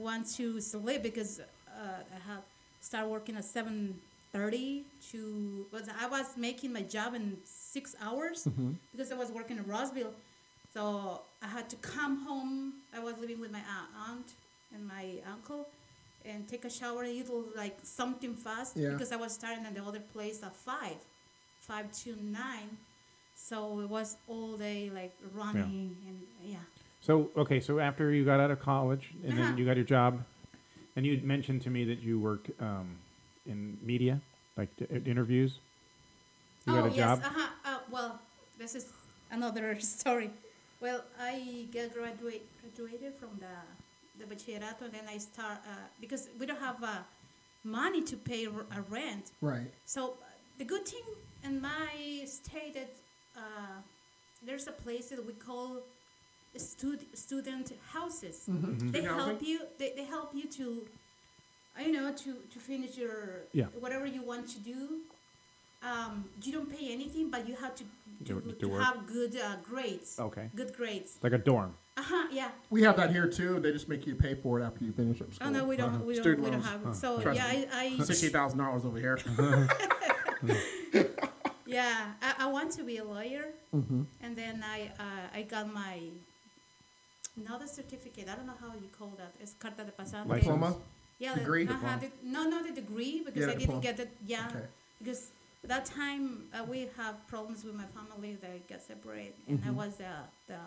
Speaker 3: want to sleep because uh, I had start working at seven thirty
Speaker 2: Mm-hmm.
Speaker 3: to. But I was making my job in six hours because I was working in Roseville. So I had to come home. I was living with my au- aunt and my uncle and take a shower, eat like something fast
Speaker 2: Yeah.
Speaker 3: because I was starting at the other place at 5, 5 to 9. So it was all day like running and yeah.
Speaker 1: So okay, so after you got out of college and
Speaker 3: Uh-huh.
Speaker 1: then you got your job, and you mentioned to me that you worked um, in media, like t- at interviews. You got a job.
Speaker 3: yes. Uh-huh. Uh, well, this is another story. Well, I get graduate, graduated from the, the bachillerato, and then I start, uh, because we don't have uh, money to pay r- a rent.
Speaker 2: Right.
Speaker 3: So uh, the good thing in my state that uh, there's a place that we call stud- student houses. They
Speaker 2: Student
Speaker 3: help
Speaker 2: housing?
Speaker 3: you. They, they help you to, I know, to to finish your
Speaker 1: Yeah.
Speaker 3: whatever you want to do. Um, you don't pay anything, but you have to
Speaker 1: Do-
Speaker 3: do,
Speaker 1: do
Speaker 3: to
Speaker 1: work.
Speaker 3: have good uh, grades.
Speaker 1: Okay.
Speaker 3: Good grades.
Speaker 1: Like a dorm.
Speaker 3: Uh huh. Yeah.
Speaker 2: We have that here too. They just make you pay for it after you finish up school.
Speaker 3: Oh no, we don't. We don't.
Speaker 2: Student
Speaker 3: We don't
Speaker 2: loans.
Speaker 3: have. So
Speaker 2: Trust
Speaker 3: yeah,
Speaker 2: me.
Speaker 3: I. I
Speaker 2: Sixty thousand dollars over here.
Speaker 3: Yeah, I, I want to be a lawyer, and then I uh, I got my not a certificate. I don't know how you call that. It's carta de pasante.
Speaker 1: License.
Speaker 2: Diploma.
Speaker 3: Yeah, the-
Speaker 2: Degree?
Speaker 3: Uh-huh, the, no, not the degree because
Speaker 2: Yeah,
Speaker 3: I
Speaker 2: diploma.
Speaker 3: didn't get it. Yeah,
Speaker 2: Okay.
Speaker 3: because that time uh, we have problems with my family. They got separated, and I was the the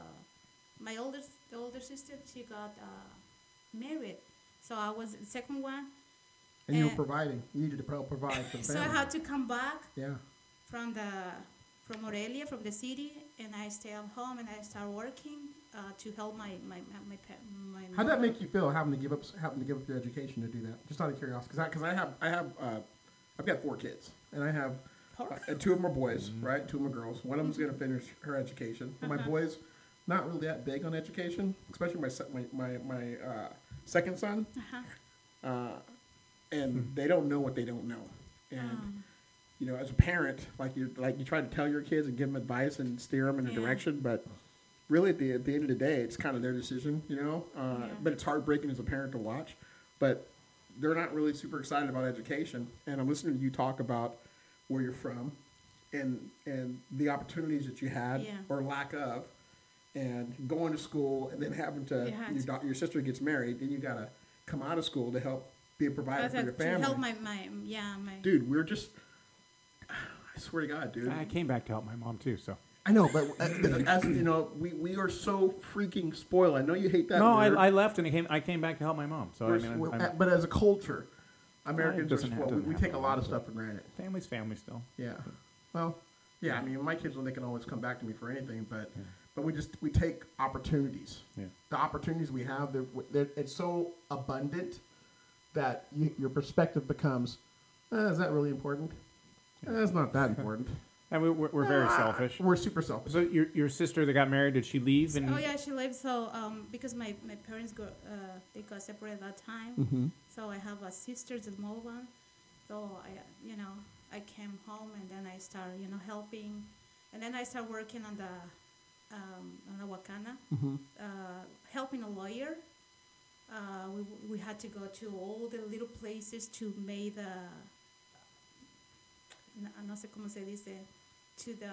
Speaker 3: my older the older sister. She got uh, married, so I was the second one.
Speaker 2: And you were
Speaker 3: Uh,
Speaker 2: providing. You needed to pro- provide for the
Speaker 3: So I
Speaker 2: family.
Speaker 3: had to come back
Speaker 2: yeah.
Speaker 3: from the from Morelia, from the city, and I stay at home and I start working uh, to help my my my, my, pa- my
Speaker 2: How'd that make you feel having to give up having to give up your education to do that? Just out of curiosity, because I, 'cause I have I have uh, I've got four kids, and I have
Speaker 3: Four?
Speaker 2: uh, two of them are boys, right? Two of them are girls. One of them's gonna finish her education. My
Speaker 3: Uh-huh.
Speaker 2: boys, not really that big on education, especially my se- my my, my uh, second son,
Speaker 3: Uh-huh.
Speaker 2: uh, and they don't know what they don't know, and.
Speaker 3: Oh.
Speaker 2: You know, as a parent, like you like you try to tell your kids and give them advice and steer them in a
Speaker 3: Yeah.
Speaker 2: direction, but really at the, at the end of the day, it's kind of their decision, you know. Uh,
Speaker 3: Yeah.
Speaker 2: But it's heartbreaking as a parent to watch. But they're not really super excited about education. And I'm listening to you talk about where you're from, and and the opportunities that you had
Speaker 3: Yeah.
Speaker 2: or lack of, and going to school and then having to
Speaker 3: You had
Speaker 2: your,
Speaker 3: to.
Speaker 2: da- your sister gets married, and you gotta come out of school to help be a provider
Speaker 3: As
Speaker 2: for
Speaker 3: a-
Speaker 2: your
Speaker 3: to
Speaker 2: family.
Speaker 3: help my, my yeah my
Speaker 2: dude, we're just. I swear to God, dude.
Speaker 1: I came back to help my mom too. So
Speaker 2: I know, but uh, as you know, we, we are so freaking spoiled. I know you hate that.
Speaker 1: no, I,
Speaker 2: word.
Speaker 1: I left and I came. I came back to help my mom. So I
Speaker 2: We're-
Speaker 1: mean, I'm-
Speaker 2: we're-
Speaker 1: I'm-
Speaker 2: uh, but as a culture, Americans are
Speaker 1: doesn't have-
Speaker 2: spoiled. We,
Speaker 1: doesn't
Speaker 2: we
Speaker 1: have
Speaker 2: take
Speaker 1: to
Speaker 2: a lot
Speaker 1: be,
Speaker 2: of stuff for granted.
Speaker 1: family's family still.
Speaker 2: Yeah. Well, yeah. I mean, my kids, they can always come back to me for anything, but but we just we take opportunities.
Speaker 1: Yeah.
Speaker 2: The opportunities we have, they're, they're, it's so abundant that you, your perspective becomes, eh, is that really important? Eh, it's not that important.
Speaker 1: And we, we're, we're very
Speaker 2: Ah,
Speaker 1: selfish.
Speaker 2: We're super selfish.
Speaker 1: So your your sister that got married, did she leave? And
Speaker 3: oh yeah she lived so um, because my, my parents go, uh, they got separated that time so I have a sister the small one so I you know I came home and then I start you know helping and then I start working on the um, on the Wakana uh, helping a lawyer uh, we, we had to go to all the little places to make the no, no sé cómo se dice to the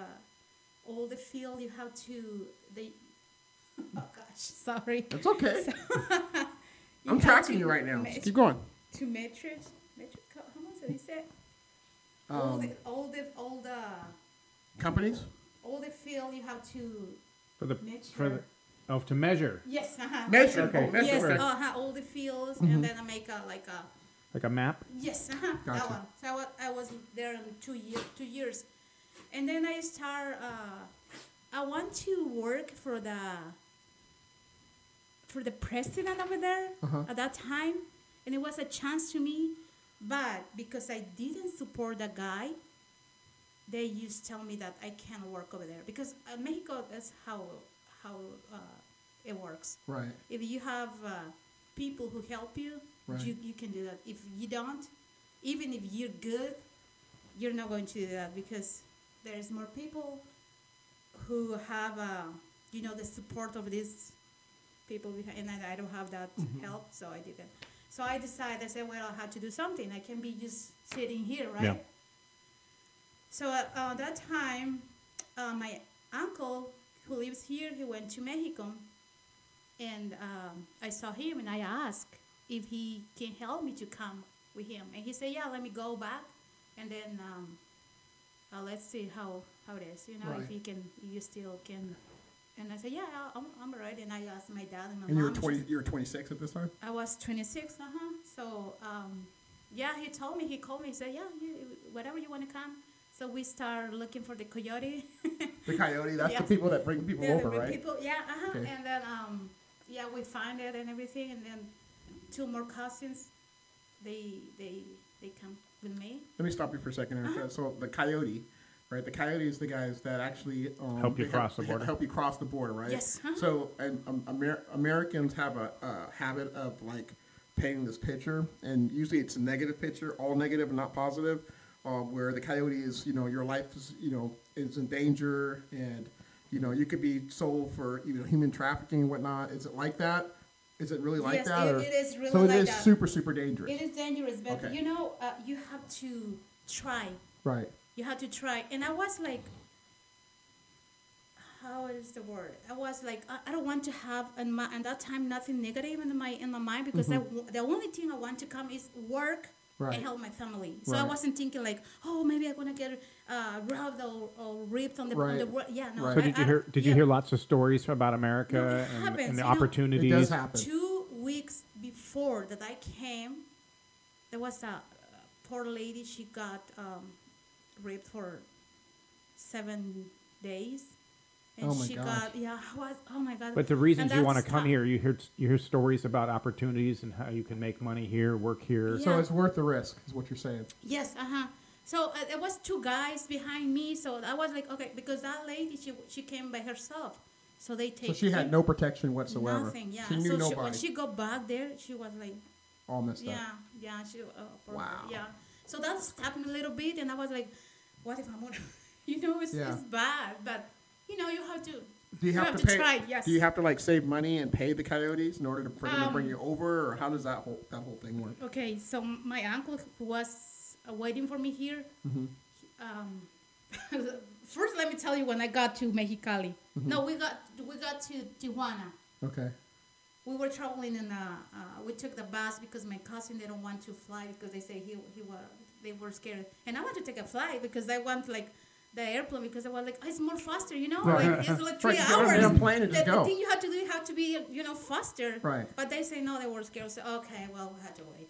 Speaker 3: all the field you have to they oh gosh sorry
Speaker 2: It's okay.
Speaker 3: You
Speaker 2: I'm
Speaker 3: have
Speaker 2: tracking
Speaker 3: to
Speaker 2: you right now.
Speaker 3: ma-
Speaker 2: Keep going.
Speaker 3: to matrix matrix co- ¿cómo se dice? all
Speaker 2: Um,
Speaker 3: the all the all the
Speaker 2: Companies?
Speaker 3: all the field you have to
Speaker 1: for the
Speaker 3: Measure.
Speaker 1: for the oh to measure
Speaker 3: yes uh-huh.
Speaker 2: Measure.
Speaker 1: Okay.
Speaker 2: Oh, measure.
Speaker 3: yes
Speaker 1: Measure.
Speaker 3: uh-huh, all the fields
Speaker 2: Mm-hmm.
Speaker 3: and then I make a like a
Speaker 1: like a map.
Speaker 3: Yes, uh-huh,
Speaker 2: Gotcha.
Speaker 3: that one. So I was, I was there in two year, two years, and then I start. Uh, I want to work for the for the president over there at that time, and it was a chance to me, but because I didn't support the guy, they used to tell me that I can't work over there because uh, Mexico. That's how how uh, it works
Speaker 2: Right.
Speaker 3: if you have uh, people who help you,
Speaker 2: Right.
Speaker 3: you, you can do that. If you don't, even if you're good, you're not going to do that because there's more people who have, uh, you know, the support of these people, behind, and I I don't have that help, so I didn't. So I decided, I said, well, I had to do something. I can be just sitting here, right?
Speaker 1: Yeah.
Speaker 3: So at uh, that time, uh, my uncle who lives here, he went to Mexico, and um, I saw him and I asked if he can help me to come with him, and he said, "Yeah, let me go back, and then um, uh, let's see how how it is, you know, if
Speaker 2: Right.
Speaker 3: he can, if you still can." And I said, "Yeah, I'll- I'm I'm alright." And I asked my dad and my
Speaker 2: And you
Speaker 3: mom.
Speaker 2: were
Speaker 3: she
Speaker 2: twenty. You were twenty six at this time.
Speaker 3: I was 26, uh huh. So, um, yeah, he told me, he called me, he said, yeah, you, whatever you want to come. So we start looking for the coyote.
Speaker 2: The coyote. That's
Speaker 3: Yes.
Speaker 2: the people that bring people
Speaker 3: Yeah,
Speaker 2: over,
Speaker 3: the
Speaker 2: right?
Speaker 3: people, yeah, uh huh.
Speaker 2: Okay.
Speaker 3: And then, um, yeah, we find it and everything. And then two more cousins, they they they come with me.
Speaker 2: Let me stop you for a second. Erica. So the coyote, right? The coyote is the guys that actually um,
Speaker 1: Help you
Speaker 2: they
Speaker 1: cross the
Speaker 2: they
Speaker 1: border.
Speaker 2: Help you cross the border, right?
Speaker 3: Yes, uh-huh.
Speaker 2: So and um, Amer- Americans have a, a habit of like painting this picture, and usually it's a negative picture, all negative and not positive, um, where the coyote is, you know, your life is, you know, is in danger, and you know you could be sold for you know human trafficking and whatnot. Is it like that? Is it really like
Speaker 3: Yes,
Speaker 2: that?
Speaker 3: it-
Speaker 2: or-
Speaker 3: it is really
Speaker 2: so it is
Speaker 3: like that.
Speaker 2: super super dangerous,
Speaker 3: It is dangerous, but
Speaker 2: Okay.
Speaker 3: you know, uh, you have to try.
Speaker 2: right?
Speaker 3: You have to try. And I was like, how is the word? I was like, I, I don't want to have in my at that time nothing negative in my in my mind because I w the only thing I want to come is work
Speaker 2: Mm-hmm. Right.
Speaker 3: and help my family. So I
Speaker 2: Right.
Speaker 3: wasn't thinking like, oh, maybe I'm gonna get uh, robbed or, or ripped on the, on the
Speaker 2: Right.
Speaker 3: road. Yeah, no.
Speaker 2: Right.
Speaker 1: So
Speaker 3: I-
Speaker 1: did you
Speaker 3: I-
Speaker 1: hear? Did you
Speaker 3: yeah.
Speaker 1: hear lots of stories about
Speaker 3: No, it
Speaker 1: America and,
Speaker 3: happens,
Speaker 1: and the
Speaker 3: you know. It does
Speaker 1: opportunities?
Speaker 2: It does happen.
Speaker 3: Two weeks before that I came, there was a uh, poor lady. She got um, raped for seven days, and
Speaker 2: Oh my
Speaker 3: she
Speaker 2: gosh.
Speaker 3: got yeah. I Was, oh my god!
Speaker 1: But the
Speaker 3: And
Speaker 1: reasons you
Speaker 3: that's
Speaker 1: want to come
Speaker 3: tough.
Speaker 1: here, you hear you hear stories about opportunities and how you can make money here, work here.
Speaker 3: Yeah.
Speaker 2: So it's worth the risk, is what you're saying.
Speaker 3: Yes, uh huh. So uh, there was two guys behind me. So I was like, okay, because that lady she she came by herself. So they take
Speaker 2: So she had no protection whatsoever.
Speaker 3: nothing. Yeah.
Speaker 2: She knew
Speaker 3: so she,
Speaker 2: nobody.
Speaker 3: when she go back there, she was like.
Speaker 2: all messed
Speaker 3: Yeah,
Speaker 2: up.
Speaker 3: yeah, she. Uh, for-
Speaker 2: Wow.
Speaker 3: Yeah, so that stopped me a little bit, and I was like, "What if I'm gonna?" You know, it's,
Speaker 2: Yeah.
Speaker 3: it's bad, but you know, you have to.
Speaker 2: Do you, have, to, pay,
Speaker 3: try. Yes.
Speaker 2: Do you have to like save money and pay the coyotes in order to, for them to bring
Speaker 3: Um,
Speaker 2: you over, or how does that whole that whole thing work?
Speaker 3: okay, so my uncle who was uh, waiting for me here.
Speaker 2: Mm-hmm.
Speaker 3: Um, first, let me tell you when I got to Mexicali.
Speaker 2: Mm-hmm.
Speaker 3: No, we got we got to Tijuana.
Speaker 2: Okay.
Speaker 3: we were traveling in a, uh, we took the bus because my cousin they don't want to fly because they say he he was they were scared and I want to take a flight because I want like the airplane because I was like "Oh, it's more faster you know like it's like three
Speaker 2: Right, get on a
Speaker 3: hours
Speaker 2: damn plane and
Speaker 3: the,
Speaker 2: just
Speaker 3: the
Speaker 2: go.
Speaker 3: thing you have to do you have to be you know faster
Speaker 2: Right.
Speaker 3: but they say no they were scared so okay well we had to wait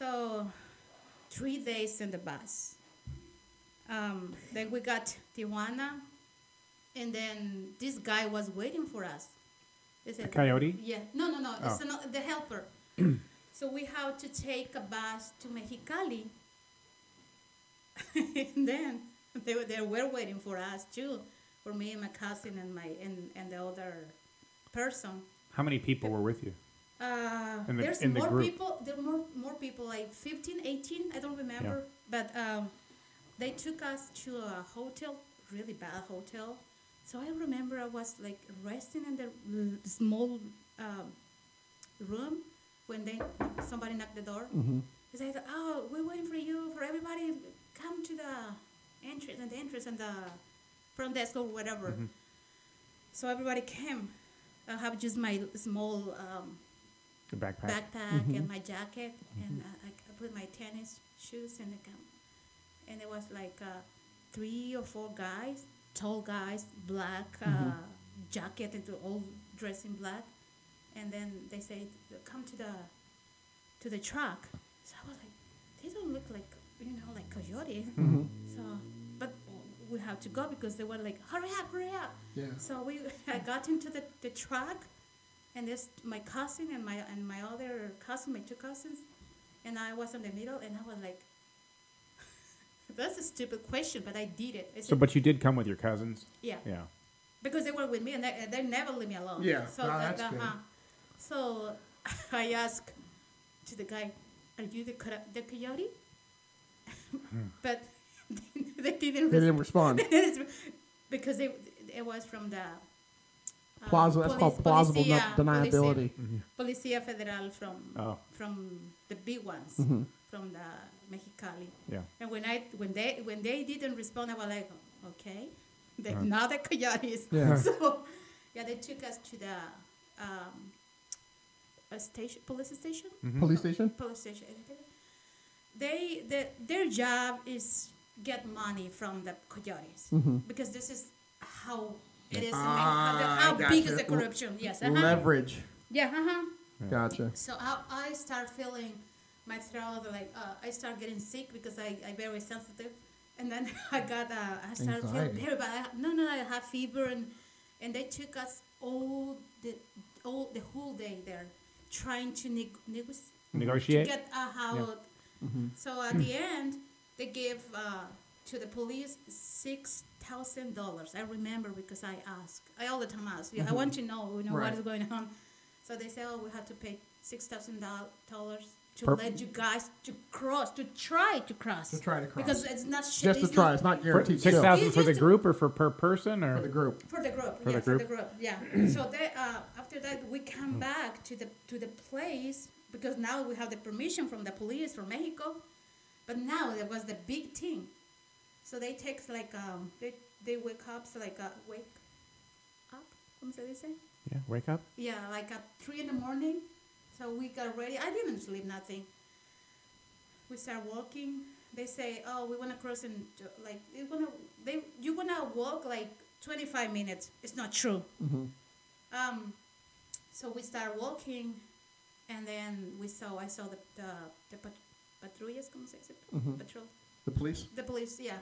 Speaker 3: so three days in the bus um, then we got Tijuana and then this guy was waiting for us they said,
Speaker 1: coyote?
Speaker 3: yeah. No, no, no. It's
Speaker 1: Oh.
Speaker 3: ano- the helper. so we have to take a bus to Mexicali. and then they, were- they were waiting for us too, for me and my cousin and my and, and the other person.
Speaker 1: How many people were with you?
Speaker 3: Uh,
Speaker 1: In the-
Speaker 3: there's
Speaker 1: in the
Speaker 3: more
Speaker 1: group.
Speaker 3: people. There are more more people, like 15, 18. I don't remember. But um, they took us to a hotel, really bad hotel. So I remember I was like resting in the l- small um, room when they somebody knocked the door.
Speaker 1: Mm-hmm.
Speaker 3: They said, "Oh, we're waiting for you. For everybody, come to the entrance and the entrance and the front desk or whatever."
Speaker 1: Mm-hmm.
Speaker 3: So everybody came. I have just my small um,
Speaker 1: The backpack.
Speaker 3: backpack and my jacket, and uh, I, I put my tennis shoes and I come, and it was like uh, three or four guys, tall guys, black uh, jacket, and all dressed in black, and then they say, "Come to the to the truck." So I was like, "They don't look like you know like coyote."
Speaker 2: Mm-hmm.
Speaker 1: Mm-hmm.
Speaker 3: So, but we have to go because they were like, "Hurry up, hurry up!"
Speaker 2: Yeah.
Speaker 3: So we, I got into the, the truck, and this my cousin and my and my other cousin, my two cousins, and I was in the middle, and I was like, "That's a stupid question," but I did it. I
Speaker 1: So,
Speaker 3: said,
Speaker 1: but you did come with your cousins.
Speaker 3: yeah,
Speaker 1: Yeah.
Speaker 3: because they were with me, and they, they never leave me alone.
Speaker 2: Yeah,
Speaker 3: So
Speaker 2: ah,
Speaker 3: that-
Speaker 2: that's good.
Speaker 3: uh-huh. So I asked to the guy, "Are you the coy- the coyote?" but they didn't.
Speaker 2: Hmm. They didn't respond.
Speaker 3: because it, it was from the uh,
Speaker 2: Plausible. That's called
Speaker 3: police-
Speaker 2: plausible no-
Speaker 3: Policia-
Speaker 2: deniability.
Speaker 3: Policia, Policia Federal from
Speaker 1: Mm-hmm. Oh.
Speaker 3: from the big ones
Speaker 2: Mm-hmm.
Speaker 3: from the Mexicali.
Speaker 1: Yeah.
Speaker 3: And when I when they when they didn't respond, I was like, okay. They're not the coyotes.
Speaker 4: Yeah.
Speaker 3: So, yeah, they took us to the um, a station, police station,
Speaker 1: Mm-hmm.
Speaker 2: Police station?
Speaker 3: police station. They, the, their job is get money from the coyotes because this is how it is.
Speaker 2: Ah,
Speaker 3: how the, how big is the
Speaker 2: gotcha.
Speaker 3: corruption? Yes. Uh-huh.
Speaker 2: Leverage.
Speaker 3: Yeah. Uh-huh.
Speaker 2: Gotcha.
Speaker 3: So I, I start feeling my throat like uh, I start getting sick because I I very sensitive, and then I got uh, I started feeling
Speaker 2: Anxiety.
Speaker 3: very bad. I- No, no, I have fever and and they took us all the all the whole day there trying to neg- negotiate to
Speaker 1: Negotiate.
Speaker 3: get a house.
Speaker 2: Mm-hmm.
Speaker 3: So at the end, they gave uh, to the police six thousand dollars. I remember because I ask. I all the time ask. I want to know, you
Speaker 2: Mm-hmm.
Speaker 3: know,
Speaker 2: Right.
Speaker 3: what is going on. So they say, oh, we have to pay six thousand dollars to
Speaker 1: Per-
Speaker 3: let you guys to cross, to try to cross.
Speaker 2: To try to cross.
Speaker 3: Because it's not sh-
Speaker 2: Just to
Speaker 3: it's
Speaker 2: try.
Speaker 3: not-
Speaker 2: It's not
Speaker 1: For-
Speaker 2: guaranteed.
Speaker 1: Six
Speaker 2: sale.
Speaker 1: thousand for the group or for per person
Speaker 2: For the
Speaker 1: or
Speaker 2: group.
Speaker 3: for the group.
Speaker 1: For
Speaker 3: yeah,
Speaker 1: the
Speaker 3: for the group. Yeah. so they, uh, after that, we
Speaker 1: Hmm.
Speaker 3: come back to the to the place because now we have the permission from the police from Mexico, but now that was the big thing. So they takes like um they they wake up so like uh, wake up. ¿Cómo se dice?
Speaker 1: yeah, wake up.
Speaker 3: Yeah, like at three in the morning. So we got ready. I didn't sleep nothing. We start walking. They say, "Oh, we wanna cross and like you wanna they you wanna walk like 25 minutes." It's not true.
Speaker 1: Mm-hmm.
Speaker 3: Um, so we start walking, and then we saw I saw the the, the pat- patrullas, como se
Speaker 2: Mm-hmm.
Speaker 3: dice,
Speaker 1: Mm-hmm.
Speaker 3: patrol,
Speaker 2: The police?
Speaker 3: the police, yeah,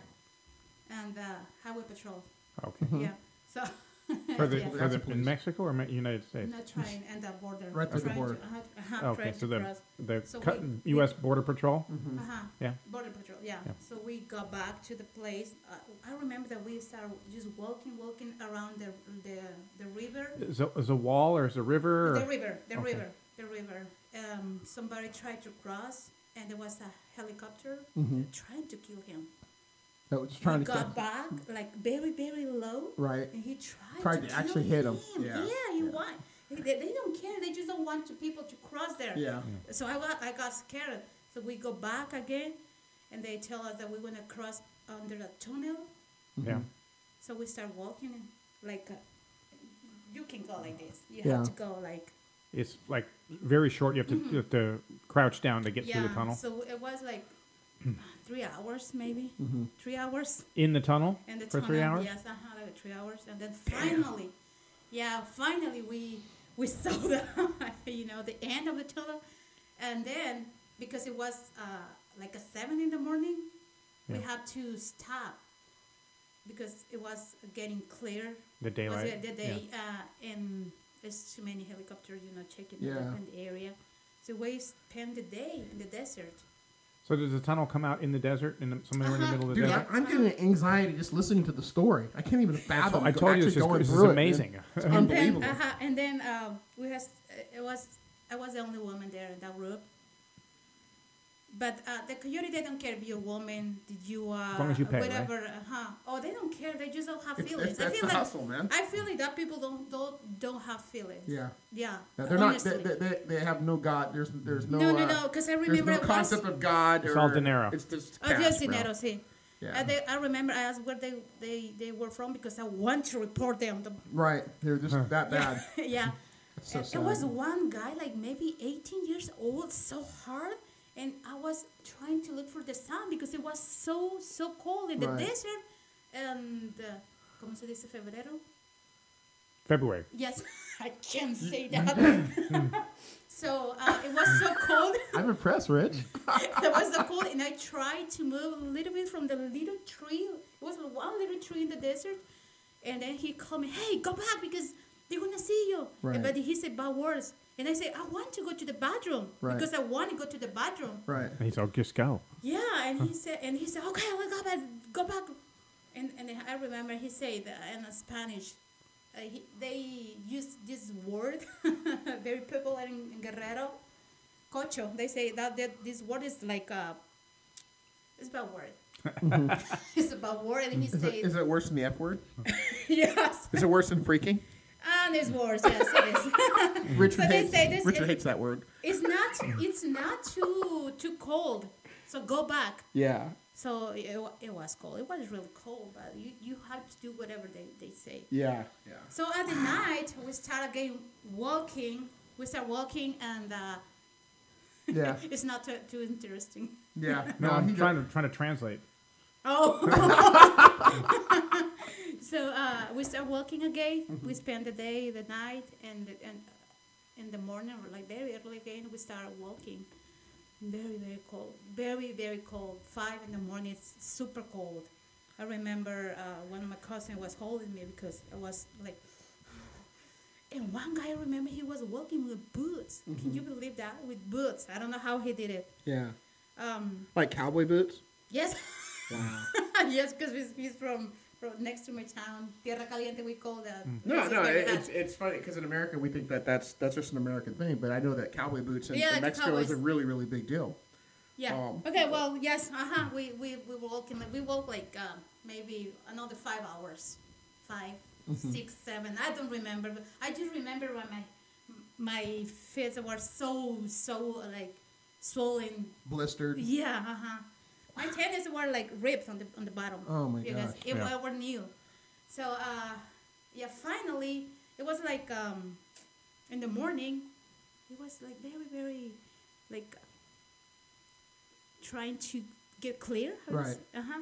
Speaker 3: and the highway patrol,
Speaker 1: Okay.
Speaker 3: yeah. So
Speaker 1: For the,
Speaker 3: yeah.
Speaker 1: for
Speaker 2: That's
Speaker 1: the,
Speaker 2: the police.
Speaker 1: in Mexico or Ma- United States?
Speaker 3: Not trying and the border.
Speaker 2: Right at the
Speaker 3: Trying to-
Speaker 2: border.
Speaker 3: uh-huh, uh-huh,
Speaker 1: Okay,
Speaker 3: trying
Speaker 1: so
Speaker 3: to
Speaker 1: the,
Speaker 3: cross.
Speaker 1: the
Speaker 3: So
Speaker 1: cut-
Speaker 3: we-
Speaker 1: U.S. Border Patrol?
Speaker 3: Uh-huh.
Speaker 1: Yeah.
Speaker 3: Border patrol. Yeah.
Speaker 1: Yeah.
Speaker 3: So we got back to the place. Uh, I remember that we started just walking, walking around the the, the river.
Speaker 1: Is a, is a wall or is a river?
Speaker 3: The
Speaker 1: or-
Speaker 3: river. The
Speaker 1: Okay.
Speaker 3: river. The river. Um, somebody tried to cross, and there was a helicopter uh, trying to kill him.
Speaker 2: No, it's Mm-hmm. trying
Speaker 3: he
Speaker 2: to.
Speaker 3: got
Speaker 2: kill-
Speaker 3: back like very, very low.
Speaker 2: Right.
Speaker 3: And he tried,
Speaker 2: Tried
Speaker 3: to,
Speaker 2: to
Speaker 3: kill
Speaker 2: actually hit him. Yeah.
Speaker 3: he want. They, they don't care. They just don't want to people to cross there.
Speaker 2: Yeah.
Speaker 3: So I got, I got scared. So we go back again, and they tell us that we want to cross under a tunnel.
Speaker 1: Yeah.
Speaker 3: So we start walking, and like uh, you can go like this. You
Speaker 2: Yeah.
Speaker 3: have to go like
Speaker 1: It's like very short. You have to, you have to crouch down to get
Speaker 3: yeah.
Speaker 1: through the tunnel.
Speaker 3: So it was like three hours maybe, three hours.
Speaker 1: In the tunnel
Speaker 3: And the
Speaker 1: for
Speaker 3: tunnel,
Speaker 1: three hours?
Speaker 3: Yes, I had like three hours, and then finally, yeah, finally we we saw the you know the end of the tunnel, and then because it was uh, like a seven in the morning, we
Speaker 1: Yeah.
Speaker 3: had to stop because it was getting clear.
Speaker 1: The
Speaker 3: It was
Speaker 1: daylight,
Speaker 3: the- the
Speaker 1: yeah.
Speaker 3: day, uh, and there's too many helicopters, you know, checking it
Speaker 2: Yeah.
Speaker 3: up in the area. So we spent the day in the desert.
Speaker 1: So does the tunnel come out in the desert, in the, somewhere in the
Speaker 3: Uh-huh.
Speaker 1: middle of the
Speaker 2: Dude,
Speaker 1: desert?
Speaker 2: I, am getting anxiety just listening to the story. I can't even fathom.
Speaker 1: I
Speaker 2: go-
Speaker 1: told you
Speaker 2: actually
Speaker 1: this is,
Speaker 2: going
Speaker 1: this is
Speaker 2: through it, man.
Speaker 1: amazing.
Speaker 2: It's
Speaker 3: and then,
Speaker 2: unbelievable.
Speaker 3: uh and then um, we has it was I was the only woman there in that group. But uh, the community they don't care if you're a woman, did you uh,
Speaker 1: long as you pay, right?
Speaker 3: whatever, uh-huh. Oh, they don't care. They just don't have
Speaker 2: It's-
Speaker 3: feelings.
Speaker 2: it's- that's
Speaker 3: I
Speaker 2: the
Speaker 3: feel like
Speaker 2: hustle, man.
Speaker 3: I feel like that people don't don't don't have feelings.
Speaker 2: Yeah.
Speaker 3: Yeah.
Speaker 2: No, they're not.
Speaker 3: honestly.
Speaker 2: They, they, they, they have no God. There's there's no.
Speaker 3: No, no,
Speaker 2: uh,
Speaker 3: no, 'cause I
Speaker 2: there's
Speaker 3: remember
Speaker 2: no
Speaker 3: it was-
Speaker 2: concept of God.
Speaker 1: It's
Speaker 2: or-
Speaker 1: all dinero.
Speaker 2: It's just.
Speaker 3: Oh, yes,
Speaker 2: cash, bro.
Speaker 3: dinero, sí.
Speaker 2: Yeah.
Speaker 3: And they, I remember I asked where they, they, they were from because I want to report them. The,
Speaker 2: Right. They're just that bad.
Speaker 3: yeah.
Speaker 2: So
Speaker 3: And
Speaker 2: sad.
Speaker 3: There was one guy, like maybe 18 years old, so hard, and I was trying to look for the sun because it was so so cold in the
Speaker 2: Right.
Speaker 3: desert. And uh, ¿cómo se dice febrero?
Speaker 1: February.
Speaker 3: Yes, I can't say that. so uh, it was so cold.
Speaker 2: I'm impressed, Rich.
Speaker 3: it was so cold, and I tried to move a little bit from the little tree. It was one little tree in the desert, and then he called me, "Hey, go back because they're gonna see you."
Speaker 2: Right.
Speaker 3: But he said bad words, and I said, "I want to go to the bathroom
Speaker 2: Right.
Speaker 3: because I want to go to the bathroom."
Speaker 2: Right.
Speaker 1: And he's all, just go.
Speaker 3: Yeah, and he said, and he said, "Okay, I will go back, go back," and and I remember he said uh, in Spanish. Uh, he, they use this word very popular in, in Guerrero, cocho. They say that, that this word is like a, it's a bad word. Mm-hmm. it's a bad word, and he
Speaker 2: Is it, is
Speaker 3: says
Speaker 2: it worse than the F word?
Speaker 3: yes,
Speaker 2: Is it worse than freaking?
Speaker 3: and it's worse. Yes, it is.
Speaker 2: Richard
Speaker 3: So they
Speaker 2: hates.
Speaker 3: say this-
Speaker 2: Richard
Speaker 3: it-
Speaker 2: hates that word.
Speaker 3: it's not. It's not too too cold. So go back.
Speaker 2: Yeah.
Speaker 3: So it, wa- it was cold. It was really cold, but you, you have to do whatever they, they say.
Speaker 2: Yeah. Yeah.
Speaker 3: So at the night, we start again walking. We start walking, and uh,
Speaker 2: Yeah.
Speaker 3: it's not too, too interesting.
Speaker 2: Yeah.
Speaker 1: No,
Speaker 2: he
Speaker 1: I'm
Speaker 2: got-
Speaker 1: trying to trying to translate.
Speaker 3: Oh. so uh, we start walking again. We spend the day, the night, and the- and in the morning, or like very early again, we start walking. Very very cold. Very very cold. Five in the morning. It's super cold. I remember uh, one of my cousins was holding me because I was like. And one guy, I remember, he was walking with boots. Can you believe that? With boots. I don't know how he did it.
Speaker 2: Yeah.
Speaker 3: Um,
Speaker 2: Like cowboy boots.
Speaker 3: yes.
Speaker 2: Wow.
Speaker 3: yes, because he's, he's from, from next to my town, Tierra Caliente. We call that.
Speaker 2: No,
Speaker 3: This is
Speaker 2: no,
Speaker 3: very
Speaker 2: it,
Speaker 3: hot.
Speaker 2: it's it's funny because in America we think that that's that's just an American thing, but I know that cowboy boots in,
Speaker 3: Yeah,
Speaker 2: in
Speaker 3: like the
Speaker 2: Mexico is a
Speaker 3: cowboys.
Speaker 2: really really big deal.
Speaker 3: yeah.
Speaker 2: um,
Speaker 3: okay. Well, yes. Uh huh. We we we walk in, like we walk like um, maybe another five hours, five,
Speaker 2: Mm-hmm.
Speaker 3: six, seven. I don't remember. But I just remember when my my feet were so so like swollen.
Speaker 2: Blistered.
Speaker 3: Yeah. Uh huh. My tennis were like ripped on the on the bottom.
Speaker 2: Oh, my
Speaker 3: because
Speaker 2: gosh,
Speaker 3: It
Speaker 1: yeah.
Speaker 3: were new. So uh, yeah, finally it was like um, in the morning. It was like very very like trying to get clear.
Speaker 2: Right.
Speaker 3: Uh huh.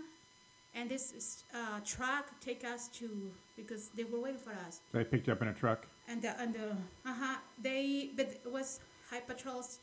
Speaker 3: And this uh, truck take us to because they were waiting for us
Speaker 1: They picked you up in a truck.
Speaker 3: and the and the uh huh they but it was high patrols.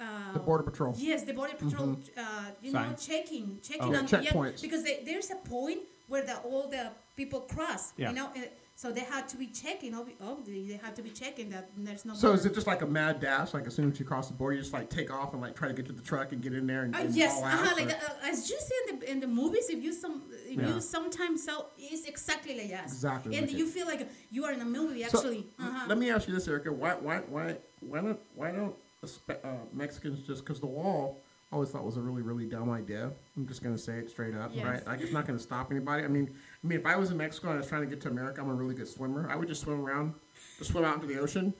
Speaker 3: Uh,
Speaker 2: The border patrol.
Speaker 3: Yes, the border patrol. Uh, you know,
Speaker 1: Signs.
Speaker 3: checking, checking
Speaker 1: Oh. Yeah,
Speaker 3: on
Speaker 2: Mm-hmm. checkpoints.
Speaker 3: because they, there's a point where the all the people cross.
Speaker 1: Yeah.
Speaker 3: You know, and so they had to be checking. obvi- Obviously, they have to be checking that there's no.
Speaker 2: So
Speaker 3: more-
Speaker 2: is it just like a mad dash? Like as soon as you cross the border, you just like take off and like try to get to the truck and get in there and,
Speaker 3: Uh,
Speaker 2: and
Speaker 3: yes,
Speaker 2: haul
Speaker 3: uh-huh,
Speaker 2: out,
Speaker 3: like
Speaker 2: or-
Speaker 3: the, uh, as you see in the in the movies, if you some if
Speaker 1: Yeah.
Speaker 3: you sometimes so it's exactly like that.
Speaker 2: Exactly
Speaker 3: and
Speaker 2: like
Speaker 3: you
Speaker 2: it.
Speaker 3: feel like you are in a movie
Speaker 2: So,
Speaker 3: actually. uh-huh.
Speaker 2: Let me ask you this, Erica. Why, why, why, why don't, why don't spe- uh, Mexicans just because the wall? I always thought was a really, really dumb idea. I'm just gonna say it straight up,
Speaker 3: Yes.
Speaker 2: right? Like it's not gonna stop anybody. I mean, I mean, if I was in Mexico and I was trying to get to America, I'm a really good swimmer. I would just swim around, just swim out into the ocean,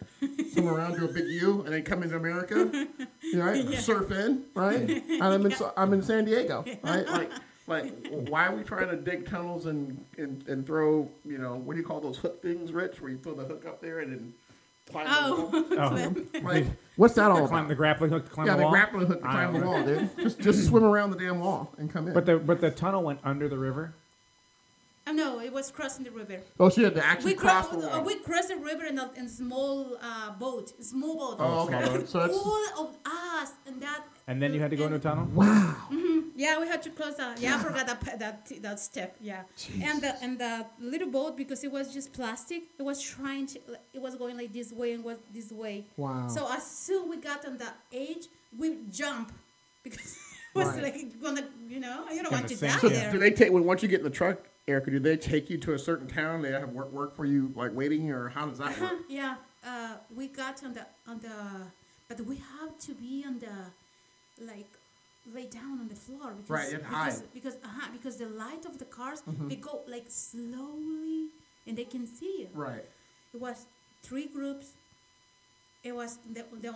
Speaker 2: swim around, do a big U, and then come into America, right? Surf in, right? And I'm in, Sa- I'm in San Diego, right? Like, like, why are we trying to dig tunnels and, and and throw, you know, what do you call those hook things, Rich? Where you throw the hook up there and then climb
Speaker 3: Oh,
Speaker 2: the
Speaker 1: Oh,
Speaker 2: wall? Like, what's that all
Speaker 1: climb
Speaker 2: about?
Speaker 1: the grappling hook to climb
Speaker 2: Oh. yeah,
Speaker 1: the
Speaker 2: they
Speaker 1: wall.
Speaker 2: grappling hook to
Speaker 1: I
Speaker 2: climb the
Speaker 1: don't know.
Speaker 2: wall, dude. Just just swim around the damn wall and come in.
Speaker 1: But the but the tunnel went under the river.
Speaker 3: oh no, it was crossing the river.
Speaker 2: oh, she had to actually
Speaker 3: We
Speaker 2: cross
Speaker 3: crossed,
Speaker 2: the wall.
Speaker 3: we crossed the river in a in small uh, boat, small boat.
Speaker 2: Oh, okay. So that's
Speaker 3: All of us and that.
Speaker 1: And then you had to go into a
Speaker 3: and-
Speaker 1: tunnel.
Speaker 2: wow.
Speaker 3: Yeah, we had to close that. Yeah, I forgot that pa- that t- that step. Yeah, and the and the little boat because it was just plastic. It was trying to. It was going like this way and was this way.
Speaker 2: Wow.
Speaker 3: So as soon we got on the edge, we jump because it was
Speaker 2: Right.
Speaker 3: like gonna you know you don't
Speaker 1: Gonna
Speaker 3: want to
Speaker 1: sink,
Speaker 3: die
Speaker 1: yeah.
Speaker 3: there.
Speaker 2: Do they take when once you get in the truck, Erica? Do they take you to a certain town? They have work work for you, like waiting, or how does that
Speaker 3: Uh-huh,
Speaker 2: work?
Speaker 3: yeah, uh, we got on the on the, but we have to be on the, like, lay down on the floor because
Speaker 2: Right, and
Speaker 3: because
Speaker 2: hide. Mm-hmm.
Speaker 3: because, uh-huh, because the light of the cars they go like slowly and they can see you.
Speaker 2: Right.
Speaker 3: It was three groups. It was the the,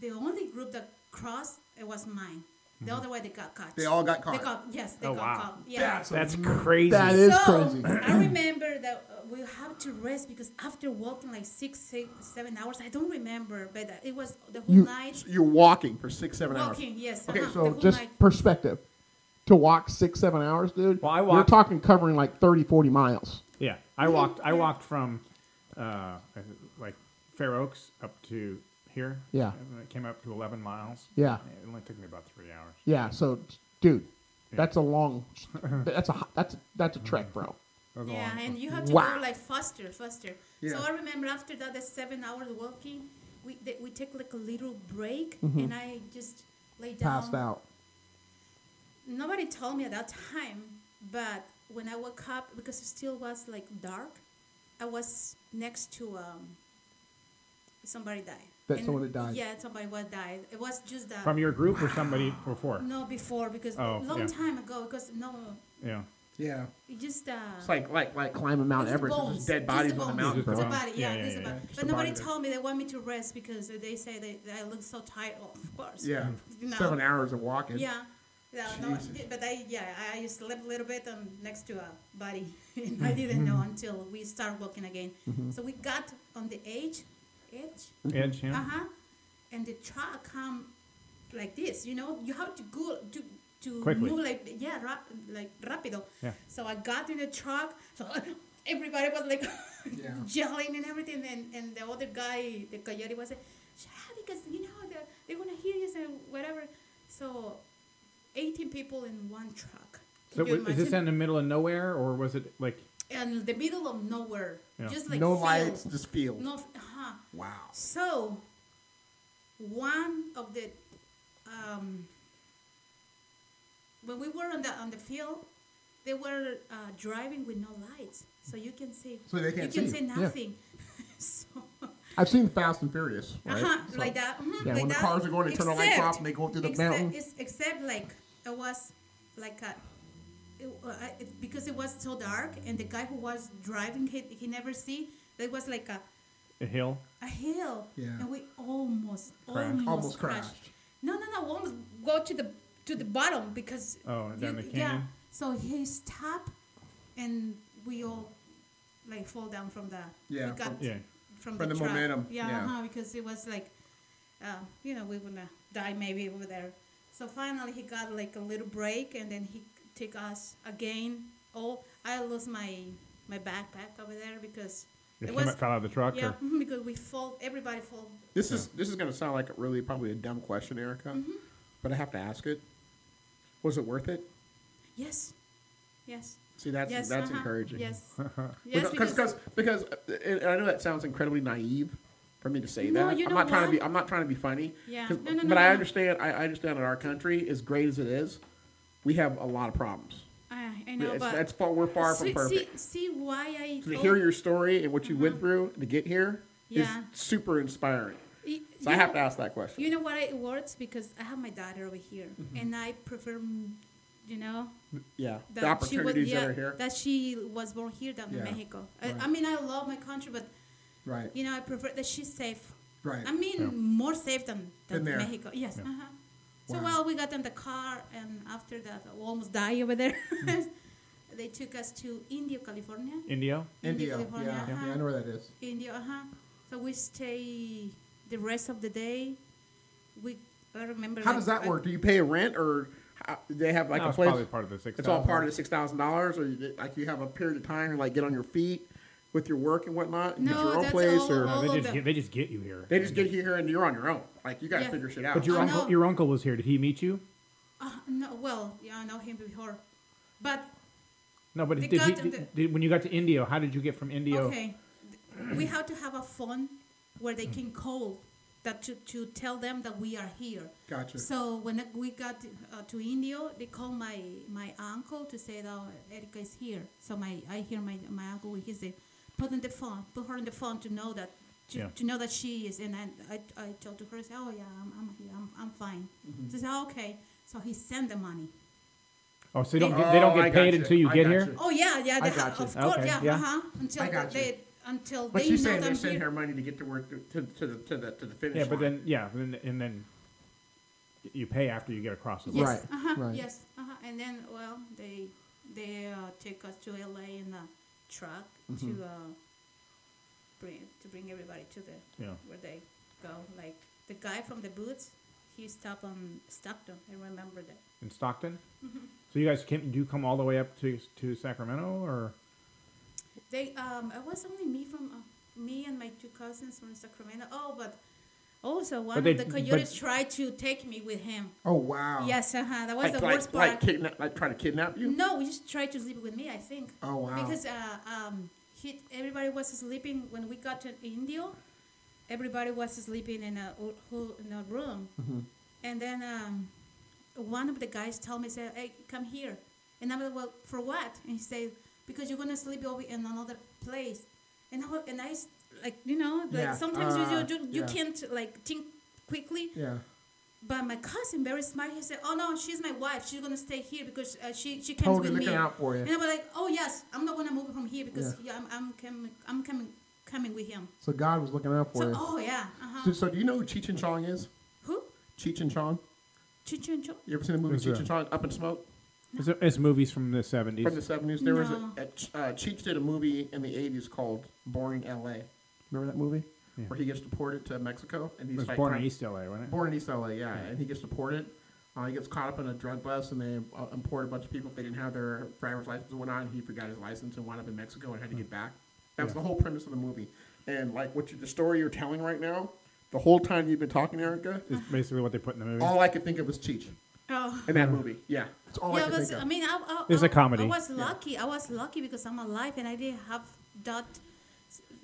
Speaker 3: the only group that crossed. It was mine. The other way they got caught.
Speaker 2: Mm-hmm. They all got
Speaker 3: They
Speaker 2: caught.
Speaker 3: got yes. They
Speaker 1: Oh,
Speaker 3: got
Speaker 1: wow.
Speaker 3: caught. Yeah.
Speaker 1: That's crazy.
Speaker 2: That is
Speaker 3: so,
Speaker 2: crazy.
Speaker 3: I remember that uh, we have to rest because after walking like six, six, seven hours, I don't remember, but uh, it was the whole
Speaker 2: You,
Speaker 3: night
Speaker 2: you're walking for six, seven
Speaker 3: walking.
Speaker 2: hours.
Speaker 3: Yes.
Speaker 2: Okay,
Speaker 3: uh-huh, the
Speaker 2: so
Speaker 3: whole
Speaker 2: just
Speaker 3: night.
Speaker 2: perspective. To walk six, seven hours, dude.
Speaker 1: Well, I
Speaker 2: You're
Speaker 1: walked-
Speaker 2: talking covering like 30, 40 miles.
Speaker 1: Yeah, I walked. I walked from uh, like Fair Oaks up to here.
Speaker 2: Yeah.
Speaker 1: and it came up to eleven miles.
Speaker 2: Yeah.
Speaker 1: it only took me about three hours.
Speaker 2: Yeah. So, dude, that's a long. That's a that's a, that's a trek, bro.
Speaker 1: That was a
Speaker 3: Yeah,
Speaker 1: long-
Speaker 3: and you have to
Speaker 2: Wow.
Speaker 3: go like faster, faster.
Speaker 2: Yeah.
Speaker 3: So I remember after that, the seven hours walking, we th- we take like a little break, and I just lay down.
Speaker 2: Mm-hmm. Passed out.
Speaker 3: Nobody told me at that time, but when I woke up, because it still was like dark, I was next to um, somebody died.
Speaker 2: That someone had died.
Speaker 3: Yeah, somebody was died. It was just that.
Speaker 1: from your group or somebody before.
Speaker 3: no, before because
Speaker 1: Oh,
Speaker 3: long
Speaker 1: yeah.
Speaker 3: time ago. Because no,
Speaker 1: Yeah,
Speaker 2: Yeah.
Speaker 3: it just uh,
Speaker 2: It's like like like climbing Mount
Speaker 3: Just
Speaker 2: Everest. There's
Speaker 3: bones.
Speaker 2: just dead
Speaker 3: Just
Speaker 2: bodies
Speaker 3: the
Speaker 2: on the
Speaker 3: bones.
Speaker 2: mountain,
Speaker 1: Just the
Speaker 2: bro.
Speaker 1: bones.
Speaker 3: body. Yeah,
Speaker 1: Yeah, yeah,
Speaker 3: this
Speaker 1: yeah,
Speaker 3: body.
Speaker 1: yeah.
Speaker 2: Just
Speaker 3: But
Speaker 2: the
Speaker 3: nobody
Speaker 2: body.
Speaker 3: told me they want me to rest because they say that, that I look so tired. Of course.
Speaker 2: Yeah.
Speaker 3: You know?
Speaker 2: Seven hours of walking.
Speaker 3: Yeah. No, no,
Speaker 2: Jesus.
Speaker 3: but I yeah I slept a little bit um, next to a buddy. And I didn't know until we started walking again. So we got on the edge, edge.
Speaker 1: Edge
Speaker 3: Uh
Speaker 1: him.
Speaker 3: huh. And the truck come like this, you know. You have to go to to
Speaker 1: Quickly.
Speaker 3: move like yeah, rap, like rapido.
Speaker 1: Yeah.
Speaker 3: So I got in the truck. So everybody was like
Speaker 2: Yeah.
Speaker 3: yelling and everything. And, and the other guy, the coyote, was like, "Shut up, because you know they're, they're gonna hear you and whatever." So, eighteen people in one truck.
Speaker 1: So
Speaker 3: Can you
Speaker 1: w- is this
Speaker 3: imagine?
Speaker 1: in the middle of nowhere, or was it like?
Speaker 3: in the middle of nowhere,
Speaker 1: Yeah.
Speaker 3: just like
Speaker 2: no
Speaker 3: field.
Speaker 2: lights, just field.
Speaker 3: no, uh-huh. huh.
Speaker 2: Wow.
Speaker 3: So, one of the um, when we were on the on the field, they were uh, driving with no lights, so you can see.
Speaker 2: So they can't
Speaker 3: you can
Speaker 2: see
Speaker 3: see,
Speaker 2: you. Yeah.
Speaker 3: nothing. so,
Speaker 2: I've seen Fast and Furious, right?
Speaker 3: uh-huh,
Speaker 2: So-
Speaker 3: like that. mhm,
Speaker 2: Yeah,
Speaker 3: like
Speaker 2: when the
Speaker 3: that.
Speaker 2: cars are going, they turn the lights off and they go through the
Speaker 3: except,
Speaker 2: mountain.
Speaker 3: it's- Except like it was like a. It, uh, I- it, because it was so dark, and the guy who was driving, he, he never see. It was like a
Speaker 1: A hill.
Speaker 3: a hill,
Speaker 2: Yeah.
Speaker 3: and we almost
Speaker 1: Crashed.
Speaker 3: almost,
Speaker 2: Almost
Speaker 3: crashed.
Speaker 2: crashed.
Speaker 3: No, no, no, almost go to the to the bottom because
Speaker 1: Oh, down the
Speaker 3: yeah.
Speaker 1: canyon?
Speaker 3: So he stopped, and we all like fall down from the
Speaker 2: Yeah,
Speaker 3: we got
Speaker 2: from-
Speaker 1: Yeah.
Speaker 3: from,
Speaker 2: from the
Speaker 3: truck.
Speaker 2: momentum,
Speaker 3: Yeah,
Speaker 2: yeah.
Speaker 3: Uh-huh, because it was like, uh, you know, we gonna die maybe over there. So finally, he got like a little break, and then he took us again. Oh, I lost my my backpack over there because
Speaker 1: It
Speaker 3: it
Speaker 1: came
Speaker 3: was
Speaker 1: out, fell out of the truck.
Speaker 3: yeah,
Speaker 1: Or,
Speaker 3: mhm, because we fall, everybody fall.
Speaker 2: This is this is gonna sound like a really probably a dumb question, Erica,
Speaker 3: Mm-hmm.
Speaker 2: but I have to ask it. Was it worth it?
Speaker 3: Yes, yes,
Speaker 2: See, that's
Speaker 3: yes.
Speaker 2: that's
Speaker 3: uh-huh,
Speaker 2: encouraging.
Speaker 3: Yes, yes,
Speaker 2: because because because uh, and I know that sounds incredibly naive for me to say
Speaker 3: No,
Speaker 2: that.
Speaker 3: you
Speaker 2: I'm not
Speaker 3: know
Speaker 2: trying to be
Speaker 3: what?
Speaker 2: I'm not trying to be funny.
Speaker 3: Yeah.
Speaker 2: 'cause-
Speaker 3: No, no, no,
Speaker 2: but I
Speaker 3: no.
Speaker 2: understand I, I understand that our country, as great as it is, we have a lot of problems.
Speaker 3: I, I know,
Speaker 2: It's-
Speaker 3: but
Speaker 2: that's far we're far
Speaker 3: see,
Speaker 2: from perfect.
Speaker 3: See, see why I
Speaker 2: to
Speaker 3: go-
Speaker 2: hear your story and what you went through to get here is
Speaker 3: Mm-hmm. Yeah.
Speaker 2: super inspiring.
Speaker 3: y-
Speaker 2: So I
Speaker 3: you
Speaker 2: have
Speaker 3: know-
Speaker 2: to ask Mm-hmm. that question.
Speaker 3: You know why it works because I have my daughter over here, and I prefer, mm, you know,
Speaker 2: yeah, the,
Speaker 3: that she was
Speaker 2: opportunities
Speaker 3: yeah,
Speaker 2: that are here.
Speaker 3: that she was born here down
Speaker 2: Yeah,
Speaker 3: in Mexico. I, I
Speaker 2: right.
Speaker 3: mean, I love my country, but
Speaker 2: right,
Speaker 3: you know, I prefer that she's safe.
Speaker 2: right.
Speaker 3: I mean,
Speaker 1: Yeah.
Speaker 3: more safe than,
Speaker 2: Than
Speaker 3: than
Speaker 2: there.
Speaker 3: Mexico. Yes.
Speaker 1: Yeah.
Speaker 3: Uh-huh. So
Speaker 2: Wow.
Speaker 3: well, we got in the car, and after that, I almost die over there.
Speaker 2: Mm-hmm.
Speaker 3: they took us to Indio, California.
Speaker 1: Indio.
Speaker 3: India, California, uh-huh.
Speaker 2: know where that is.
Speaker 3: Indio, uh huh. So we stay the rest of the day. We I remember.
Speaker 2: How
Speaker 3: like,
Speaker 2: does that
Speaker 3: I-
Speaker 2: work? Do you pay a rent, or how, do they have like
Speaker 1: no,
Speaker 2: a
Speaker 1: it's
Speaker 2: place?
Speaker 1: probably part of the six.
Speaker 2: it's all part of the six thousand dollars, or you, like you have a period of time to like get on your feet with your work and whatnot, and get
Speaker 3: No,
Speaker 2: your own
Speaker 3: that's
Speaker 2: place,
Speaker 3: all-
Speaker 2: or
Speaker 1: No,
Speaker 3: all
Speaker 1: they
Speaker 3: of
Speaker 1: just
Speaker 3: them.
Speaker 1: get, they just get you here.
Speaker 2: they just get you here and you're on your own. Like you got to
Speaker 3: Yeah.
Speaker 2: figure shit out.
Speaker 1: But your
Speaker 3: I
Speaker 1: uncle,
Speaker 3: know.
Speaker 1: your uncle was here. Did he meet you?
Speaker 3: Uh, no, well, yeah, I know him before, but
Speaker 1: No, but
Speaker 3: They
Speaker 1: did he,
Speaker 3: got them
Speaker 1: did, did- when you got to Indio, how did you get from Indio?
Speaker 3: okay, we have to have a phone where they can call that to, to tell them that we are here.
Speaker 2: Gotcha.
Speaker 3: So when we got uh, to Indio, they called my my uncle to say that oh, Erica is here. So my I hear my my uncle he said, put on the phone, put her on the phone to know that to,
Speaker 1: Yeah.
Speaker 3: to know that she is. And I I, I told to her, I said, oh yeah, I'm I'm here, I'm, I'm fine.
Speaker 2: Mm-hmm.
Speaker 3: She said, "Oh, okay. So he sent the money.
Speaker 1: Oh, so they don't get, they don't
Speaker 2: Oh, I
Speaker 1: get paid
Speaker 2: gotcha.
Speaker 1: until you
Speaker 2: I
Speaker 1: get
Speaker 2: gotcha.
Speaker 1: here.
Speaker 3: Oh yeah, yeah,
Speaker 2: I
Speaker 3: they
Speaker 2: got
Speaker 3: ha-
Speaker 2: you.
Speaker 3: of course,
Speaker 1: Okay,
Speaker 3: yeah,
Speaker 1: yeah.
Speaker 3: uh-huh.
Speaker 2: I
Speaker 3: Until
Speaker 2: got
Speaker 3: they until
Speaker 2: But
Speaker 3: they
Speaker 2: she's
Speaker 3: know
Speaker 2: saying
Speaker 3: that
Speaker 2: they
Speaker 3: I'm
Speaker 2: send
Speaker 3: here.
Speaker 2: her money to get to work to, to, to the to the to the finish
Speaker 1: Yeah, but
Speaker 2: line.
Speaker 1: then yeah, and, and then you pay after you get across the
Speaker 3: Yes,
Speaker 1: line.
Speaker 2: Right,
Speaker 3: uh-huh,
Speaker 2: right.
Speaker 3: yes, uh-huh. And then well, they they uh, take us to LA in a truck
Speaker 2: Mm-hmm.
Speaker 3: to uh, bring to bring everybody to the
Speaker 1: Yeah.
Speaker 3: where they go. Like the guy from the boots, he stopped on Stockton. I remember that.
Speaker 1: in Stockton. So you guys came, do you come all the way up to to Sacramento or
Speaker 3: They um, it was only me from uh, me and my two cousins from Sacramento. Oh, but also one
Speaker 1: they-
Speaker 3: of the
Speaker 1: but-
Speaker 3: coyotes tried to take me with him.
Speaker 2: Oh wow.
Speaker 3: Yes, uh-huh. That was
Speaker 2: Like
Speaker 3: the
Speaker 2: like
Speaker 3: worst
Speaker 2: like,
Speaker 3: part.
Speaker 2: kidnap, like try to kidnap you.
Speaker 3: No, he just tried to sleep with me. I think.
Speaker 2: Oh wow.
Speaker 3: Because uh, um, he, everybody was sleeping when we got to India. Everybody was sleeping in a o- ho- in a room,
Speaker 2: Mm-hmm.
Speaker 3: and then um, one of the guys told me, "said Hey, come here." And I'm like, "Well, for what?" And he said, "Because you're gonna sleep over in another place." And I wa- and I s- like you know like
Speaker 2: Yeah,
Speaker 3: sometimes you
Speaker 2: uh,
Speaker 3: you, you, you
Speaker 2: yeah.
Speaker 3: can't like think quickly.
Speaker 2: yeah.
Speaker 3: But my cousin, very smart, he said, "Oh no, she's my wife. She's gonna stay here because uh, she she comes
Speaker 2: Totally
Speaker 3: with me."
Speaker 2: looking out for you.
Speaker 3: And I was like, "Oh yes, I'm not gonna move from here because yeah. I'm I'm coming I'm coming coming with him."
Speaker 2: So God was looking out
Speaker 3: So oh yeah, uh huh.
Speaker 2: So, so do you know who Cheech and Chong is?
Speaker 3: Who?
Speaker 2: Cheech and Chong?
Speaker 3: Chun Chun Chun.
Speaker 2: You ever seen the movie
Speaker 1: Who's
Speaker 2: Cheech
Speaker 1: that?
Speaker 2: and Chong Up in Smoke
Speaker 1: It's, it's movies from the seventies.
Speaker 2: from the seventies? There was
Speaker 3: No.
Speaker 2: a, a Ch- uh, Cheech did a movie in the eighties called Born in L.A. Remember that movie
Speaker 1: Yeah.
Speaker 2: where he gets deported to Mexico and
Speaker 1: It
Speaker 2: he's
Speaker 1: was
Speaker 2: like
Speaker 1: born
Speaker 2: trying-
Speaker 1: in East LA, wasn't it?
Speaker 2: born in East LA, yeah, and he gets deported. Uh, he gets caught up in a drug bust, and they uh, import a bunch of people. They didn't have their driver's license and whatnot, and he forgot his license and wound up in Mexico and had to
Speaker 1: Hmm.
Speaker 2: get back. That was the whole premise of the movie. And like what you, the story you're telling right now, the whole time you've been talking, Erica,
Speaker 1: It's basically what they put in the movie.
Speaker 2: all I could think of was Cheech
Speaker 3: Oh.
Speaker 2: in that movie. Yeah, it's all Oh, I
Speaker 3: yeah,
Speaker 2: could
Speaker 3: but
Speaker 2: think of.
Speaker 3: I mean, I, I,
Speaker 1: It's
Speaker 3: I,
Speaker 1: a comedy.
Speaker 3: I was lucky. I was lucky because I'm alive and I didn't have that.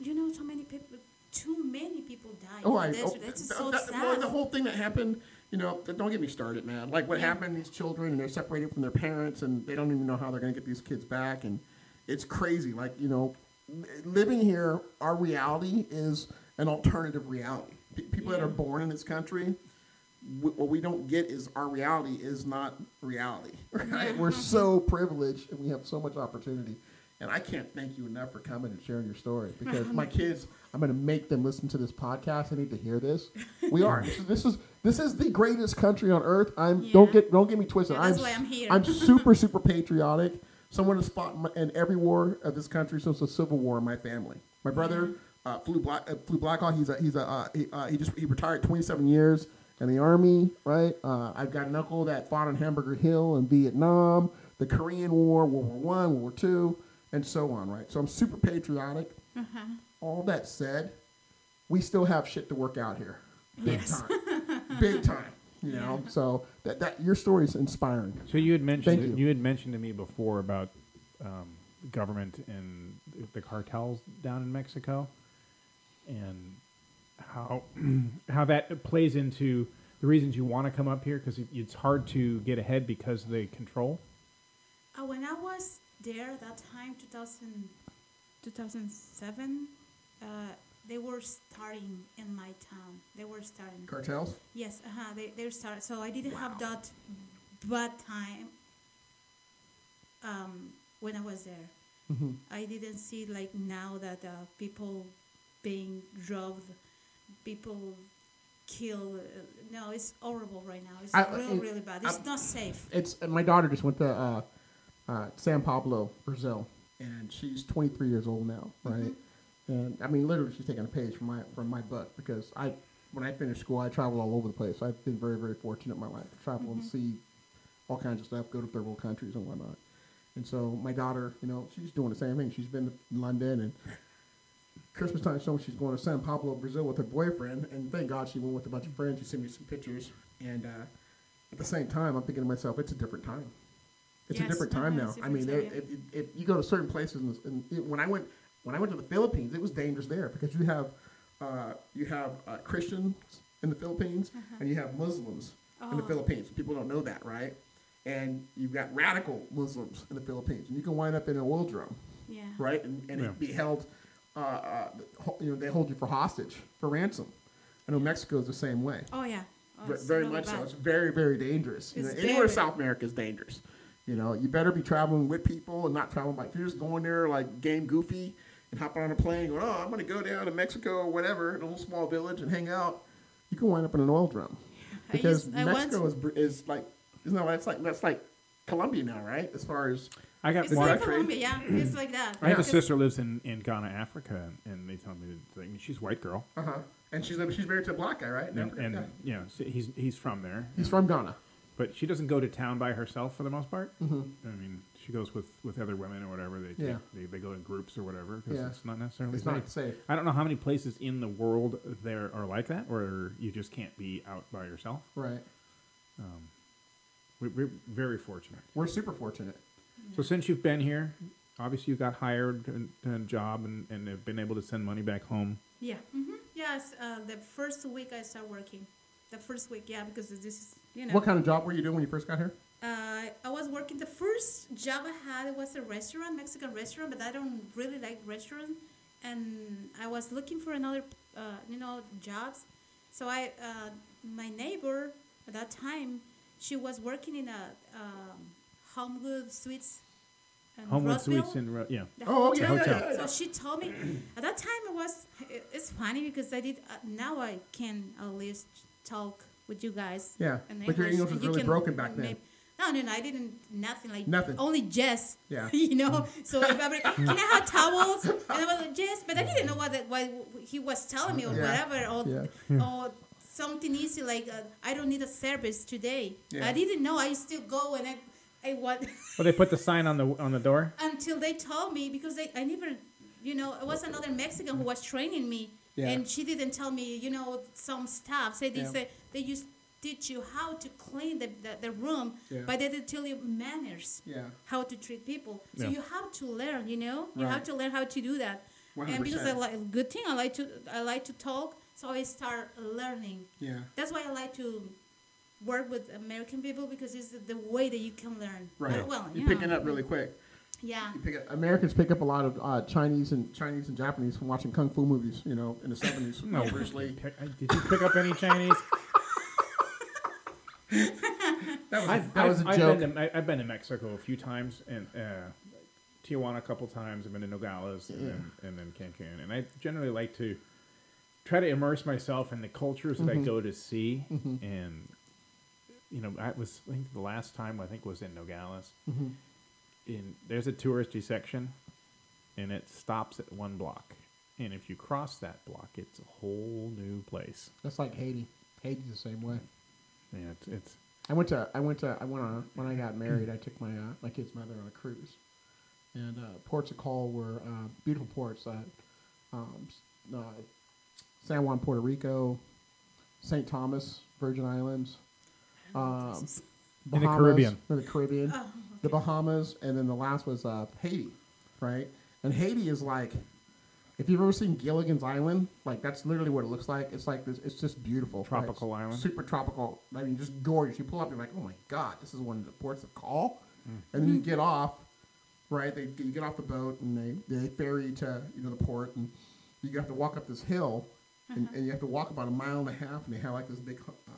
Speaker 3: You know, so many people, too many people died.
Speaker 2: Oh, I,
Speaker 3: that's,
Speaker 2: oh,
Speaker 3: that's
Speaker 2: th-
Speaker 3: so
Speaker 2: th-
Speaker 3: sad.
Speaker 2: well, the whole thing that happened, you know, th- don't get me started, man. Like what happened, these children, and they're separated from their parents, and they don't even know how they're going to get these kids back, and it's crazy. Like you know, li- living here, our reality is an alternative reality. P- people that are born in this country, w- what we don't get is our reality is not reality. Right? We're so privileged, and we have so much opportunity. And I can't thank you enough for coming and sharing your story because my kids, I'm going to make them listen to this podcast. I need to hear this. We are. This is this is, this is the greatest country on earth. I'm don't
Speaker 3: Yeah.
Speaker 2: get don't get me twisted.
Speaker 3: Yeah, that's
Speaker 2: I'm,
Speaker 3: why I'm here.
Speaker 2: I'm super super patriotic. Someone has fought in- in every war of this country since the Civil War. in My family. My
Speaker 3: Mm-hmm.
Speaker 2: brother uh, flew black uh, flew Blackhawk. He's a he's a uh, he, uh, he just he retired 27 years in the army. Right. Uh, I've got an uncle that fought on Hamburger Hill in Vietnam, the Korean War, World War One, World War Two, and so on. Right. So I'm super patriotic.
Speaker 3: Uh-huh.
Speaker 2: All that said, we still have shit to work out here. Big
Speaker 3: Yes.
Speaker 2: time. Big time. You know, so that, that your story is inspiring.
Speaker 1: So you had mentioned
Speaker 2: Thank
Speaker 1: you.
Speaker 2: you.
Speaker 1: had mentioned to me before about um, government and the cartels down in Mexico, and how how that plays into the reasons you want to come up here because it's hard to get ahead because they control.
Speaker 3: Uh, when I was there that time, 2000, 2007, uh, they were starting in my town. They were starting.
Speaker 2: Cartels?
Speaker 3: Yes, uh-huh, they, they started. So I didn't have that bad time um, when I was there.
Speaker 2: Mm-hmm.
Speaker 3: I didn't see like now that uh, people being drove, people killed. Uh, no, it's horrible right now. It's
Speaker 2: I-
Speaker 3: really,
Speaker 2: and
Speaker 3: really bad. It's
Speaker 2: I'm-
Speaker 3: not safe.
Speaker 2: It's and my daughter just went to uh, uh, San Pablo, Brazil, and she's 23 years old now, right? And I mean, literally, she's taking a page from my from my book because I, when I finished school, I traveled all over the place. I've been very very fortunate in my life to travel and see all kinds of stuff, go to third world countries and whatnot. And so my daughter, you know, she's doing the same thing. She's been to London and Christmas time, so she's going to San Pablo, Brazil, with her boyfriend, and thank God she went with a bunch of friends. She sent me some pictures, and uh, at the same time, I'm thinking to myself, it's a different time. It's a
Speaker 3: Yes,
Speaker 2: different time
Speaker 3: uh-huh,
Speaker 2: now.
Speaker 3: it's
Speaker 2: I
Speaker 3: different
Speaker 2: mean,
Speaker 3: time,
Speaker 2: there-
Speaker 3: yeah.
Speaker 2: if, if, if you go to certain places, and, and it- when I went when I went to the Philippines, it was dangerous there because you have uh, you have uh, Christians in the Philippines, and you have Muslims in the
Speaker 3: Uh-huh. Oh.
Speaker 2: Philippines. People don't know that, right? And you've got radical Muslims in the Philippines, and you can wind up in a oil drum
Speaker 3: Yeah.
Speaker 2: right? And, and
Speaker 1: Yeah.
Speaker 2: it be held, uh, uh, ho- you know, they hold you for hostage for ransom. I know Mexico is the same way.
Speaker 3: Oh yeah. Oh,
Speaker 2: Ve-
Speaker 3: it's
Speaker 2: very
Speaker 3: really
Speaker 2: much so.
Speaker 3: bad.
Speaker 2: It's very, very dangerous. You know,
Speaker 3: It's
Speaker 2: anywhere in
Speaker 3: very-
Speaker 2: South America is dangerous. You know, you better be traveling with people and not traveling by. If you're just going there like game goofy and hopping on a plane, going, oh, I'm going to go down to Mexico or whatever, in a little small village and hang out, you can wind up in an oil drum
Speaker 3: I
Speaker 2: because
Speaker 3: used- I
Speaker 2: Mexico
Speaker 3: went-
Speaker 2: is br- is like, isn't that what it's like? That's like Colombia now, right? As far as
Speaker 1: I got
Speaker 3: It's
Speaker 1: one.
Speaker 3: like
Speaker 2: Right.
Speaker 3: Colombia, yeah. It's like that.
Speaker 1: Mm-hmm. I have a
Speaker 3: Because-
Speaker 1: sister lives in, in Ghana, Africa, and they tell me that I mean, she's a white girl,
Speaker 2: Uh huh. And she's she's married to a black guy, right?
Speaker 1: and, and
Speaker 2: Yeah.
Speaker 1: you know so he's he's from there,
Speaker 2: he's from Ghana.
Speaker 1: but she doesn't go to town by herself for the most part. I mean, she goes with, with other women or whatever. They,
Speaker 2: Mm-hmm. Yeah.
Speaker 1: take, they they go in groups or whatever because
Speaker 2: Yeah.
Speaker 1: it's not necessarily
Speaker 2: It's
Speaker 1: safe.
Speaker 2: not safe.
Speaker 1: I don't know how many places in the world there are like that, where you just can't be out by yourself.
Speaker 2: Right.
Speaker 1: We, we're very fortunate.
Speaker 2: We're super fortunate.
Speaker 1: So since you've been here, obviously you got hired and, and a job and, and have been able to send money back home.
Speaker 3: Yeah. hmm Yes. Uh, the first week I start working. The first week, yeah, because this is you know.
Speaker 2: What kind of job were you doing when you first got here?
Speaker 3: uh, I was working. The first job I had was a restaurant, Mexican restaurant, but I don't really like restaurant, and I was looking for another, uh, you know, jobs. So I, uh, my neighbor at that time, she was working in a um, home good sweets. in
Speaker 1: Homewood
Speaker 3: Roseville.
Speaker 1: Suites in Ro- yeah.
Speaker 3: The
Speaker 2: Oh, okay,
Speaker 3: hotel.
Speaker 1: yeah, yeah,
Speaker 2: yeah, yeah.
Speaker 3: So she told me at that time it was it- it's funny because I did uh, now I can at least talk with you guys.
Speaker 2: Yeah,
Speaker 3: in
Speaker 2: but your English was
Speaker 3: and you
Speaker 2: really
Speaker 3: can
Speaker 2: broken back then.
Speaker 3: maybe- No, no, no, I didn't nothing like
Speaker 2: Nothing.
Speaker 3: Only Jess.
Speaker 2: Yeah. Mm.
Speaker 3: you know. So if I, can I have towels? And I was like Jess, but I didn't know what that, what he was telling me or
Speaker 2: Yeah.
Speaker 3: whatever or
Speaker 2: Yeah.
Speaker 3: or something easy like uh, I don't need a service today.
Speaker 2: Yeah.
Speaker 3: I didn't know. I still go and I I what.
Speaker 1: Well, they put the sign on the on the door.
Speaker 3: until they told me because they, I never, you know, it was another Mexican who was training me,
Speaker 2: Yeah.
Speaker 3: and she didn't tell me, you know, some stuff. Say they
Speaker 2: Yeah.
Speaker 3: say they just teach you how to clean the the, the room,
Speaker 2: Yeah.
Speaker 3: but they didn't tell you manners,
Speaker 2: Yeah.
Speaker 3: how to treat people. So
Speaker 1: Yeah.
Speaker 3: you have to learn, you know, you have
Speaker 2: Right.
Speaker 3: to learn how to do that. And because I
Speaker 2: 100%.
Speaker 3: like good thing, I like to I like to talk, so I start learning.
Speaker 2: Yeah.
Speaker 3: That's why I like to work with American people because it's the, the way that you can learn.
Speaker 2: Right.
Speaker 3: Well, well,
Speaker 2: You're
Speaker 3: yeah.
Speaker 2: picking up really quick.
Speaker 3: Yeah.
Speaker 2: You pick up, Americans pick up a lot of uh, Chinese and Chinese and Japanese from watching kung fu movies. You know, in the seventies.
Speaker 1: No,
Speaker 2: Bruce Lee.
Speaker 1: Pick- uh, did you pick up any Chinese?
Speaker 2: That was,
Speaker 1: I've,
Speaker 2: that was a
Speaker 1: I've- I've
Speaker 2: joke.
Speaker 1: Been to, I- I've been to Mexico a few times, and uh, Tijuana a couple times. I've been to Nogales and, then, and then Cancun, and I generally like to try to immerse myself in the cultures that I go to see. And you know, I was I think the last time I think was in Nogales. In there's a touristy section, and it stops at one block. And if you cross that block, it's a whole new place.
Speaker 2: That's like Haiti. Haiti's the same way.
Speaker 1: And it's, it's
Speaker 2: I went to I went to I went on when I got married. I took my uh, my kid's mother on a cruise, and uh, ports of call were uh, beautiful ports. Uh, um, s- uh, San Juan, Puerto Rico, Saint Thomas, Virgin Islands, um,
Speaker 1: the
Speaker 2: Bahamas-
Speaker 1: Caribbean.
Speaker 2: in the Caribbean, the Bahamas, and then the last was uh, Haiti, right? And Haiti is like, if you've ever seen Gilligan's Island, like that's literally what it looks like. It's like this, it's just beautiful, right?
Speaker 1: Tropical island.
Speaker 2: super tropical. I mean, just gorgeous. You pull up, you're like, oh my god, this is one of the ports of call,
Speaker 1: Mm.
Speaker 2: and then you get off, right? They you get off the boat and they they ferry you to you know the port, and you have to walk up this hill, and, and you have to walk about a mile and a half, and they have like this big, uh,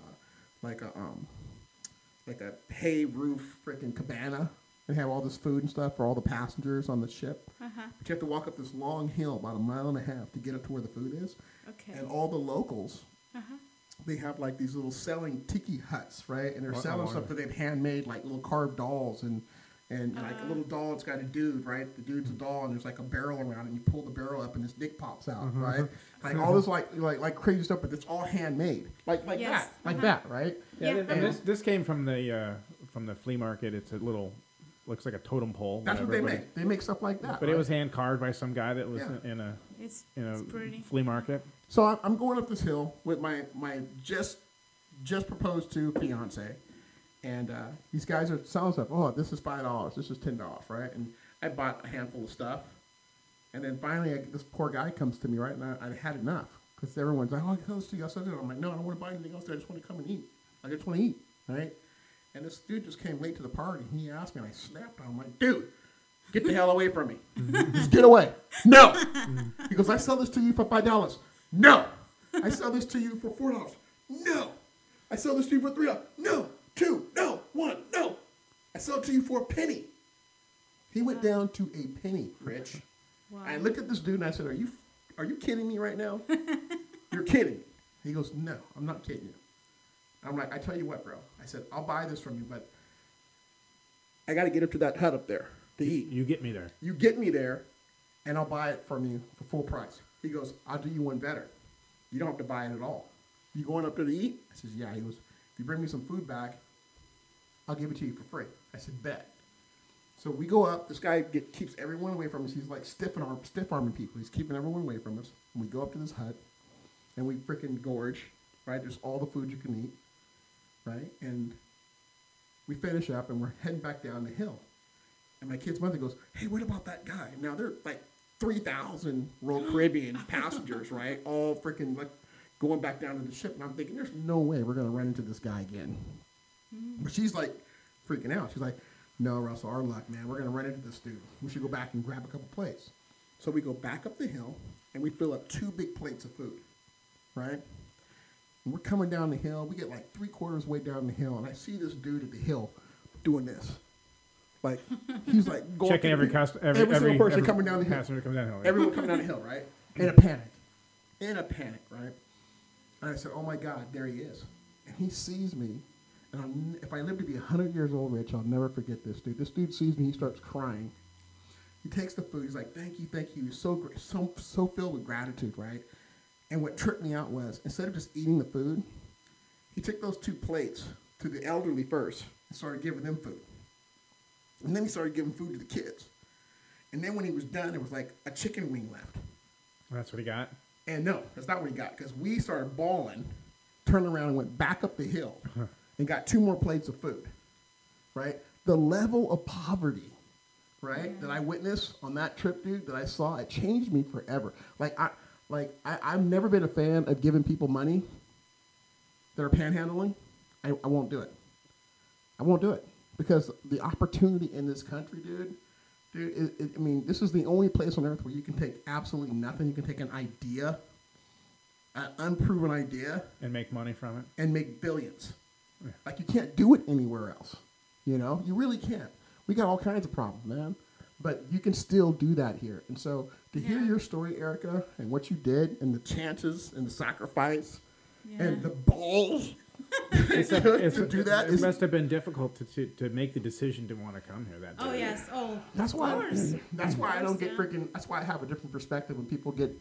Speaker 2: like a um, like a hay roof freaking cabana and have all this food and stuff for all the passengers on the ship.
Speaker 3: Uh-huh.
Speaker 2: But you have to walk up this long hill, about a mile and a half, to get up to where the food is.
Speaker 3: Okay. Uh-huh.
Speaker 2: And all the locals, they have like these little selling tiki huts, right? And they're
Speaker 1: Wow,
Speaker 2: selling
Speaker 1: wow.
Speaker 2: stuff that they've handmade, like little carved dolls and. And
Speaker 3: Uh-huh.
Speaker 2: like a little doll, it's got a dude, right? The dude's a doll, and there's like a barrel around, it, and you pull the barrel up, and this dick pops out, right? Like all this, like like like crazy stuff, but it's all handmade, like like
Speaker 3: Yes, Uh-huh.
Speaker 2: that, like that, right?
Speaker 1: Yeah,
Speaker 3: Yeah.
Speaker 1: th- and this this came from the uh, from the flea market. It's a little looks like a totem pole.
Speaker 2: That's what they
Speaker 1: whatever, but
Speaker 2: make. They make stuff like that.
Speaker 1: But it
Speaker 2: right?
Speaker 1: was hand carved by some guy that was
Speaker 2: Yeah.
Speaker 1: in a
Speaker 3: It's,
Speaker 1: in a
Speaker 3: it's pretty.
Speaker 1: flea market.
Speaker 2: So I- I'm going up this hill with my my just just proposed to fiance, and uh, these guys are selling stuff. Oh, this is five dollars. This is ten dollars, right? And I bought a handful of stuff, and then finally I, this poor guy comes to me, right? And I, I had enough because everyone's like, "Oh, I can those to you." I said, "I'm like, no, I don't want to buy anything else. I just want to come and eat. I just want to eat, right?" And this dude just came late to the party. and He asked me, and I snapped. at him. I'm like, "Dude, get the hell away from me! Just get away! No!" He goes, I sell this to you for five dollars. No. I sell this to you for four dollars. No. I sell this to you for three dollars. No. Two. No. One. No. I sell it to you for a penny. He went down to a penny, Rich.
Speaker 3: Wow.
Speaker 2: I looked at this dude and I said, Are you are you kidding me right now? You're kidding. me." He goes, No, I'm not kidding you. I'm like, I tell you what, bro. I said, I'll buy this from you, but I gotta get up to that hut up there to eat
Speaker 1: You get me there.
Speaker 2: you get me there and I'll buy it from you for full price. He goes, I'll do you one better. You don't have to buy it at all. You going up there to eat? I says, Yeah. He goes, If you bring me some food back, I'll give it to you for free. I said, Bet. So we go up. This guy get, keeps everyone away from us. He's like stiffing arm, stiff arming people. He's keeping everyone away from us. And we go up to this hut and we freaking gorge, right? There's all the food you can eat, right? And we finish up and we're heading back down the hill. And my kid's mother goes, Hey, what about that guy? Now they're like 3,000 Royal Caribbean passengers, right? All freaking like going back down to the ship. And I'm thinking, There's no way we're going to run into this guy again. But she's like freaking out. She's like, No, Russell, our luck, man. We're going to run into this dude. We should go back and grab a couple plates. So we go back up the hill and we fill up two big plates of food, right? And we're coming down the hill. We get like three quarters way down the hill, and I see this dude at the hill doing this. Like he's like going
Speaker 1: Checking
Speaker 2: through
Speaker 1: every
Speaker 2: the-
Speaker 1: cust- every-
Speaker 2: single
Speaker 1: every-
Speaker 2: person
Speaker 1: every
Speaker 2: coming down the hill.
Speaker 1: passenger coming down the hill, yeah.
Speaker 2: Everyone coming down the hill, right? In a panic. In a panic, right? And I said, "Oh my God, there he is!" and he sees me. And I'm, if I live to be 100 years old, Rich, I'll never forget this dude. This dude sees me, he starts crying. He takes the food. He's like, "Thank you, thank you." He's so gr- so so filled with gratitude, right? And what tripped me out was instead of just eating the food, he took those two plates to the elderly first and started giving them food. And then he started giving food to the kids. And then when he was done, it was like a chicken wing left.
Speaker 1: That's what he got.
Speaker 2: And no, that's not what he got because we started bawling, turned around and went back up the hill and got two more plates of food. Right? The level of poverty, right, that I witnessed on that trip, dude, that I saw, it changed me forever. Like I like I, I've never been a fan of giving people money that are panhandling. I, I won't do it. I won't do it because the opportunity in this country, dude, dude. It, it, I mean, this is the only place on earth where you can take absolutely nothing. You can take an idea, an unproven idea,
Speaker 1: And make money from it.
Speaker 2: and make billions. Like you can't do it anywhere else. You know, you really can't. We got all kinds of problems, man. But you can still do that here. And so to hear
Speaker 3: Yeah.
Speaker 2: your story, Erica, and what you did, and the chances, and the sacrifice, and
Speaker 3: Yeah.
Speaker 2: the balls to do that
Speaker 1: It
Speaker 2: is
Speaker 1: must have been difficult to, to, to make the decision to want to come here that day.
Speaker 3: Oh yes. Oh.
Speaker 2: That's
Speaker 3: of
Speaker 2: why.
Speaker 3: course.
Speaker 2: That's why I don't
Speaker 3: course,
Speaker 2: get
Speaker 3: yeah.
Speaker 2: freaking. That's why I have a different perspective when people get,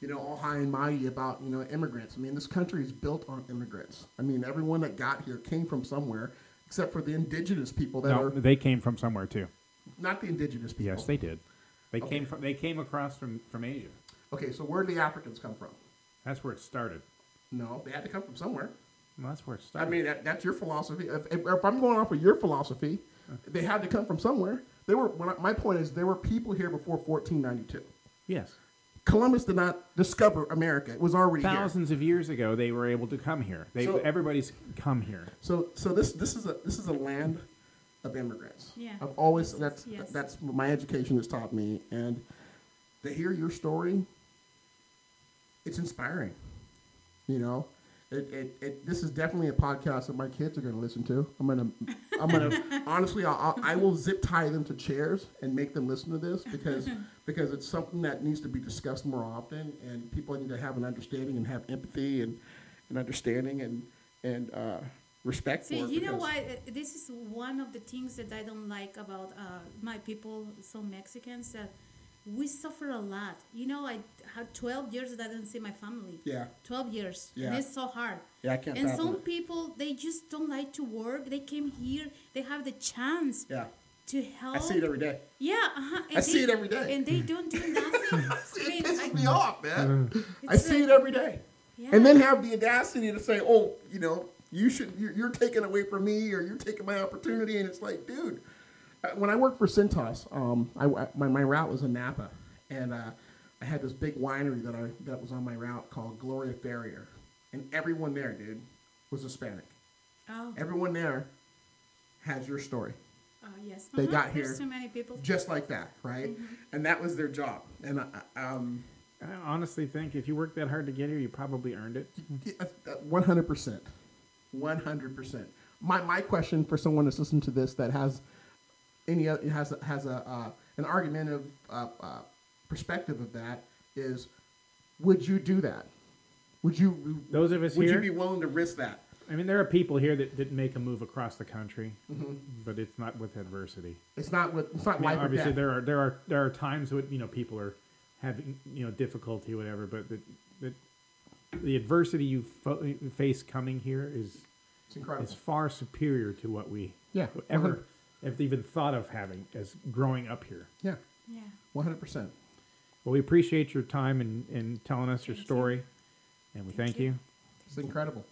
Speaker 2: you know, all high and mighty about you know immigrants. I mean, this country is built on immigrants. I mean, everyone that got here came from somewhere, except for the indigenous people that
Speaker 1: No,
Speaker 2: are
Speaker 1: they came from somewhere too.
Speaker 2: not the indigenous people.
Speaker 1: Yes, they did. They
Speaker 2: Okay.
Speaker 1: came from they came across from, from Asia.
Speaker 2: Okay, so where did the Africans come from?
Speaker 1: That's where it started.
Speaker 2: No, they had to come from somewhere.
Speaker 1: Well, that's where it
Speaker 2: I
Speaker 1: started.
Speaker 2: mean, that, that's your philosophy. If, if, if I'm going off of your philosophy, they had to come from somewhere. They were. when I- My point is, there were people here before 1492.
Speaker 1: yes.
Speaker 2: Columbus did not discover America. It was already here.
Speaker 1: Thousands of years ago, they were able to come here. They
Speaker 2: So-
Speaker 1: everybody's come here.
Speaker 2: So so this this is a this is a land of immigrants.
Speaker 3: Yeah.
Speaker 2: I've always that's
Speaker 3: Yes.
Speaker 2: that's what my education has taught me, and to hear your story, it's inspiring. You know, it, it, it this is definitely a podcast that my kids are going to listen to. I'm gonna I'm gonna honestly I'll, I'll, I will zip tie them to chairs and make them listen to this because because it's something that needs to be discussed more often, and people need to have an understanding and have empathy and and understanding and and uh, respect
Speaker 3: See,
Speaker 2: for. it
Speaker 3: you know
Speaker 2: because-
Speaker 3: why uh, this is one of the things that I don't like about uh, my people, some Mexicans that we suffer a lot. You know, I had 12 years that I didn't see my family.
Speaker 2: Yeah.
Speaker 3: 12 years.
Speaker 2: Yeah.
Speaker 3: And it's so hard.
Speaker 2: Yeah, I can't
Speaker 3: And
Speaker 2: fathom
Speaker 3: some
Speaker 2: it.
Speaker 3: people they just don't like to work. They came here. They have the chance
Speaker 2: Yeah.
Speaker 3: to help.
Speaker 2: I see it every day.
Speaker 3: Yeah, uh-huh. and
Speaker 2: I see it every day.
Speaker 3: And they don't do nothing. I
Speaker 2: It
Speaker 3: mean,
Speaker 2: pisses
Speaker 3: I-
Speaker 2: me off, man. I
Speaker 3: It's
Speaker 2: see it
Speaker 3: like-
Speaker 2: every day.
Speaker 3: yeah.
Speaker 2: And then have the audacity to say, "Oh, you know, you should you're, you're taking away from me, or you're taking my opportunity." And it's like, dude, uh, when I worked for Cintas, um, I, I- my my route was in Napa, and uh, I had this big winery that I that was on my route called Gloria Ferrier, and everyone there, dude, was Hispanic.
Speaker 3: oh,
Speaker 2: Everyone there has your story.
Speaker 3: oh, yes.
Speaker 2: they
Speaker 3: Uh-huh,
Speaker 2: got
Speaker 3: There's
Speaker 2: here.
Speaker 3: too many people.
Speaker 2: just like that, right?
Speaker 3: Mm-hmm.
Speaker 2: And that was their job. And I, I- um,
Speaker 1: I honestly think if you worked that hard to get here, you probably earned it.
Speaker 2: Mm-hmm. uh, one hundred percent, one hundred percent. My my question for someone that's listening to this that has any other has a- has a uh, an argumentative uh, uh, perspective of that is, would you do that? Would you
Speaker 1: Those of us
Speaker 2: would
Speaker 1: here,
Speaker 2: you be willing to risk that?
Speaker 1: I mean, there are people here that, that make a move across the country,
Speaker 2: Mm-hmm.
Speaker 1: but it's not with adversity.
Speaker 2: It's not what it's not
Speaker 1: I mean,
Speaker 2: life or
Speaker 1: obviously,
Speaker 2: death.
Speaker 1: there are there are there are times when you know people are having you know difficulty, whatever. But the the, the adversity you fo- face coming here is
Speaker 2: it's incredible.
Speaker 1: is far superior to what we
Speaker 2: Yeah,
Speaker 1: ever
Speaker 2: Mm-hmm.
Speaker 1: have even thought of having as growing up here.
Speaker 2: yeah,
Speaker 3: Yeah.
Speaker 2: one hundred percent.
Speaker 1: Well, we appreciate your time and, and telling us your
Speaker 3: Thank you.
Speaker 1: story, and we
Speaker 3: Thank
Speaker 1: thank you.
Speaker 2: It's incredible.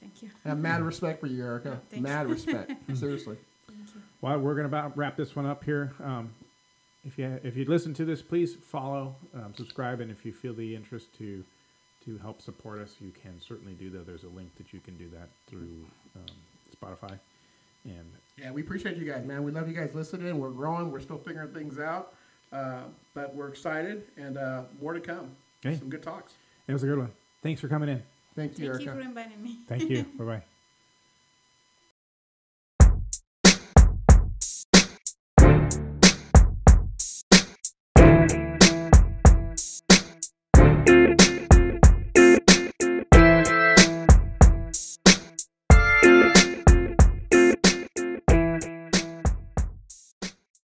Speaker 3: Thank you.
Speaker 2: I have mad
Speaker 1: Mm-hmm.
Speaker 2: respect for you, Erica.
Speaker 3: Thank you.
Speaker 2: Mad respect. Seriously.
Speaker 3: Thank you.
Speaker 1: Well, we're going to about wrap this one up here. Um, if you if you listen to this, please follow, um, subscribe, and if you feel the interest to to help support us, you can certainly do that. There's a link that you can do that through um, Spotify, and
Speaker 2: Yeah, we appreciate you guys, man. We love you guys listening. We're growing. We're still figuring things out, uh, but we're excited and uh, more to come.
Speaker 1: Okay.
Speaker 2: Some good talks.
Speaker 1: it was a good one. Thanks for coming in.
Speaker 2: Thank you,
Speaker 3: Thank you
Speaker 2: Erica.
Speaker 3: for inviting me.
Speaker 1: Thank you. bye bye.